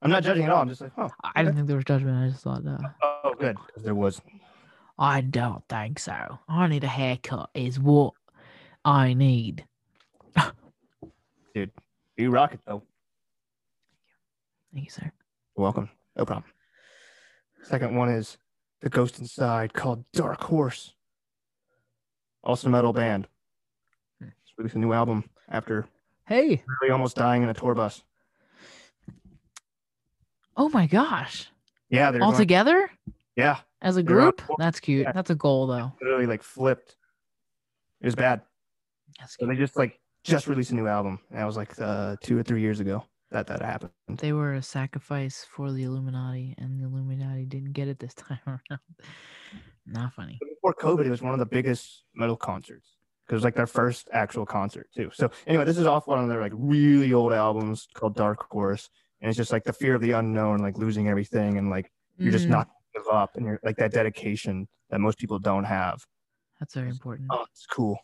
S3: I'm not judging at all. I'm just like, oh,
S2: I didn't think there was judgment. I just thought, uh,
S3: oh, good. 'Cause There was.
S2: I don't think so. I need a haircut. Is what I need.
S3: You rock it though.
S2: Thank you, sir.
S3: You're welcome. No problem. Second one is the ghost inside called Dark Horse. Also metal band.
S2: Hmm.
S3: Just released a new album after
S2: Hey.
S3: really almost dying in a tour bus.
S2: Oh my gosh.
S3: Yeah, they're
S2: All
S3: going,
S2: together
S3: yeah,
S2: as a
S3: They're on
S2: group?
S3: tour.
S2: That's cute.
S3: Yeah.
S2: That's a goal though.
S3: literally like flipped. It was bad.
S2: That's
S3: So
S2: cute.
S3: they just like just released a new album. And that was like uh, two or three years ago that that happened.
S2: they were a sacrifice for the Illuminati, and the Illuminati didn't get it this time around. Not funny.
S3: before COVID, it was one of the biggest metal concerts. 'Cause It was like their first actual concert too. So anyway, this is off one of their like really old albums called Dark Horse, and it's just like the fear of the unknown, like losing everything, and like you're just
S2: Mm,
S3: not gonna give up, and you're like that dedication that most people don't have.
S2: That's very important.
S3: Oh, it's cool.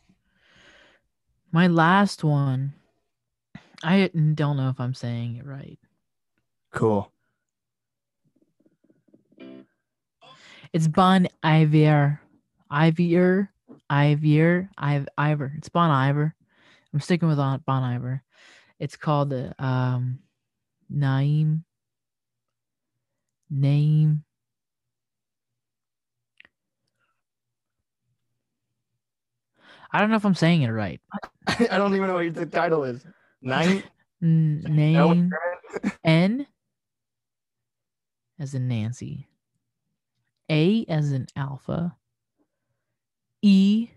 S2: My last one. I don't know if I'm saying it right.
S3: Cool.
S2: It's Bon Iver, Iver, Iver, Iv- Iver. It's Bon Iver. I'm sticking with on- Bon Iver. It's called the um, Naim. Name. I don't know if I'm saying it right.
S3: I don't even know what your the title is. Nine.
S2: N-
S3: No, it's
S2: name
S3: right.
S2: N as in Nancy, A as in Alpha, E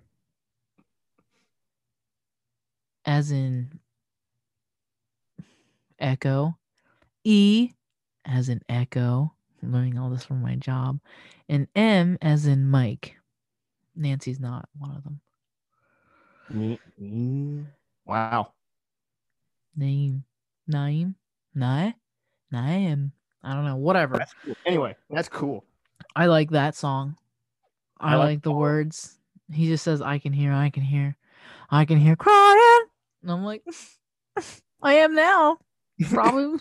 S2: as in Echo, E as in Echo. I'm learning all this from my job, and M as in Mike. Nancy's not one of them.
S3: Me- me- wow.
S2: Name, Naim, Nae, Naim. I don't know. Whatever.
S3: That's cool. Anyway, that's cool.
S2: I like that song. I,
S3: I like
S2: like, the words. He just says, I can hear, I can hear, I can hear crying. And I'm like, I am now. Probably.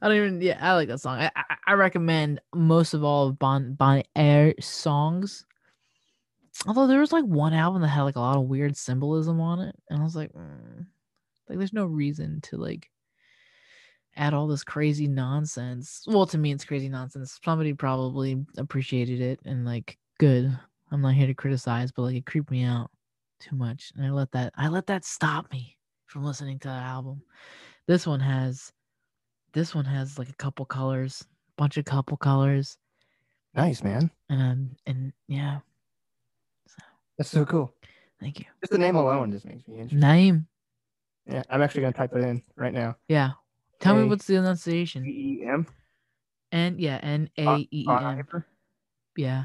S2: I don't even, yeah, I like that song. I, I, I recommend most of all of Bon, bon Air songs. Although there was like one album that had like a lot of weird symbolism on it. And I was like, mm. like, there's no reason to like add all this crazy nonsense. Well, to me, it's crazy nonsense. Somebody probably appreciated it and like, good. I'm not here to criticize, but like, it creeped me out too much, and I let that I let that stop me from listening to that album. This one has, this one has like a couple colors, bunch of couple colors,
S3: Nice man.
S2: and um, and yeah,
S3: That's so cool.
S2: thank you.
S3: Just the name alone just makes me interested.
S2: Naim,
S3: Yeah, I'm actually gonna type it in right now.
S2: yeah. Tell
S3: A-
S2: me what's the enunciation?
S3: E E M.
S2: N yeah, N A E E N. Yeah,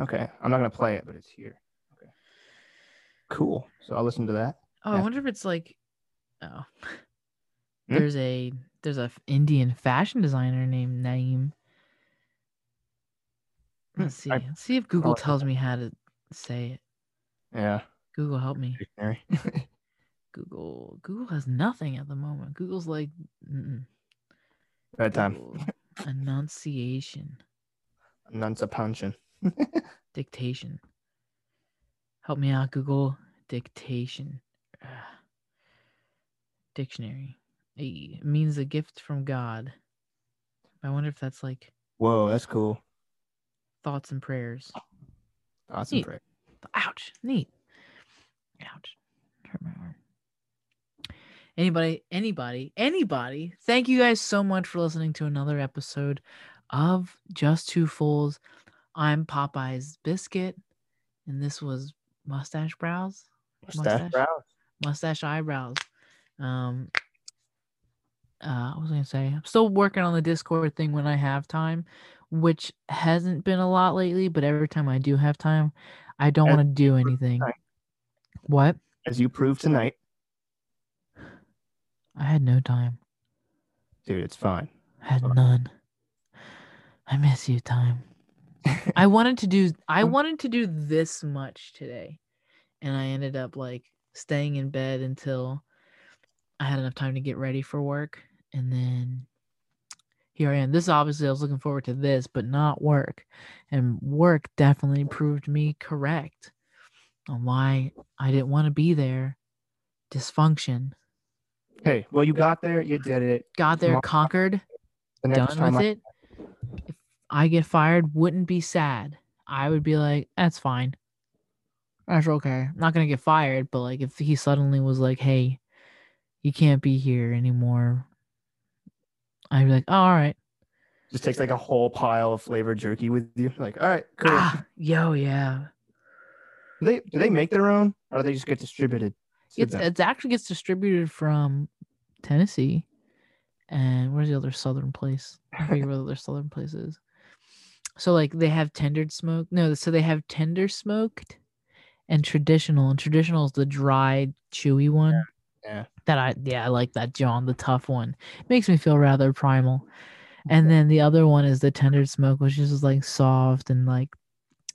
S3: Okay, I'm not gonna play it, but it's here. Okay. Cool. So I'll listen to that.
S2: Oh, I
S3: Yeah.
S2: wonder if it's like, oh,
S3: Hmm?
S2: there's a there's a f- Indian fashion designer named Naeem.
S3: Hmm,
S2: Let's see.
S3: I-
S2: Let's see if Google
S3: like
S2: tells me how to say it.
S3: Yeah.
S2: Google, help me.
S3: Dictionary.
S2: Google. Google has nothing at the moment. Google's like mm-mm.
S3: Bedtime.
S2: Google, enunciation,
S3: Nunsapunction.
S2: dictation. Help me out, Google. Dictation. Ah. Dictionary. It means a gift from God. I wonder if that's like
S3: Whoa, that's cool.
S2: thoughts and prayers.
S3: Awesome
S2: Neat.
S3: prick.
S2: Ouch. Neat. Ouch. Hurt my arm. Anybody, anybody, anybody, thank you guys so much for listening to another episode of Just Two Fools. I'm Popeye's Biscuit, and this was Mustache Brows, Mustache.
S3: Mustache brows.
S2: Mustache Eyebrows. Um, uh, I was I gonna say I'm still working on the Discord thing when I have time, which hasn't been a lot lately. But every time I do have time, I don't
S3: As
S2: want to do
S3: proved
S2: anything.
S3: tonight.
S2: What?
S3: As you proved tonight,
S2: I had no time.
S3: dude, it's fine.
S2: I had
S3: Sorry.
S2: none. I miss you, time. I wanted to do I wanted to do this much today, and I ended up like staying in bed until I had enough time to get ready for work, and then here I am. This obviously I was looking forward to this, but not work, and work definitely proved me correct on why I didn't want to be there. Dysfunction
S3: Hey, well, you got there, you did it.
S2: got there,
S3: Smart.
S2: conquered.
S3: The next
S2: done
S3: time,
S2: with
S3: I,
S2: it. If I get fired, wouldn't be sad. I would be like, that's fine. That's okay. I'm not gonna get fired, but like if he suddenly was like, hey, you can't be here anymore, I'd be like, oh, all right.
S3: just takes like a whole pile of flavored jerky with you. Like, all right, cool.
S2: Ah, yo, yeah.
S3: Do they do they make their own, or do they just get distributed? to
S2: It's
S3: them?
S2: it actually gets distributed from Tennessee, and where's the other southern place? I forget where the other southern place is. So like they have tendered smoke. No, so they have tender smoked and traditional. And traditional is the dried, chewy one.
S3: yeah.
S2: That I yeah, I like that John, the tough one. Makes me feel rather primal. And then the other one is the tendered smoke, which is like soft and like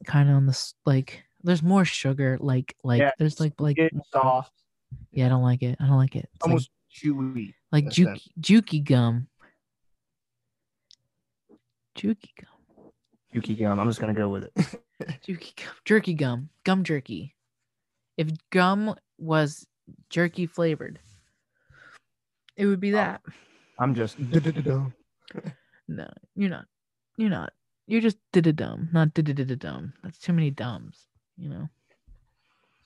S2: kind of on the s- like. There's more sugar, like like
S3: Yeah,
S2: there's like like
S3: It's soft,
S2: yeah, I don't like it. I don't like it. It's like-
S3: almost chewy.
S2: like,
S3: that's
S2: juke, jukey gum. Jukey gum.
S3: Yuki gum. I'm just gonna go with it.
S2: Jukey gum. Jerky gum. Gum jerky. If gum was jerky flavored, it would be
S3: Oh.
S2: that.
S3: I'm just.
S2: No, you're not. You're not. You're just did a dumb, not did a dumb. That's too many dumbs, you know?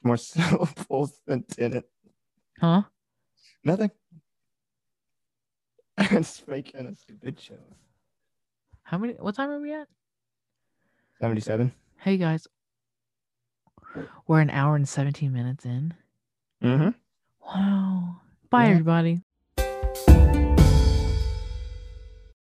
S3: more syllables than did it.
S2: Huh?
S3: Nothing. it's making a stupid show.
S2: How many? What time are we at?
S3: 77.
S2: Hey guys, we're an hour and 17 minutes in.
S3: Mm-hmm.
S2: Wow. Bye,
S3: Yeah.
S2: everybody.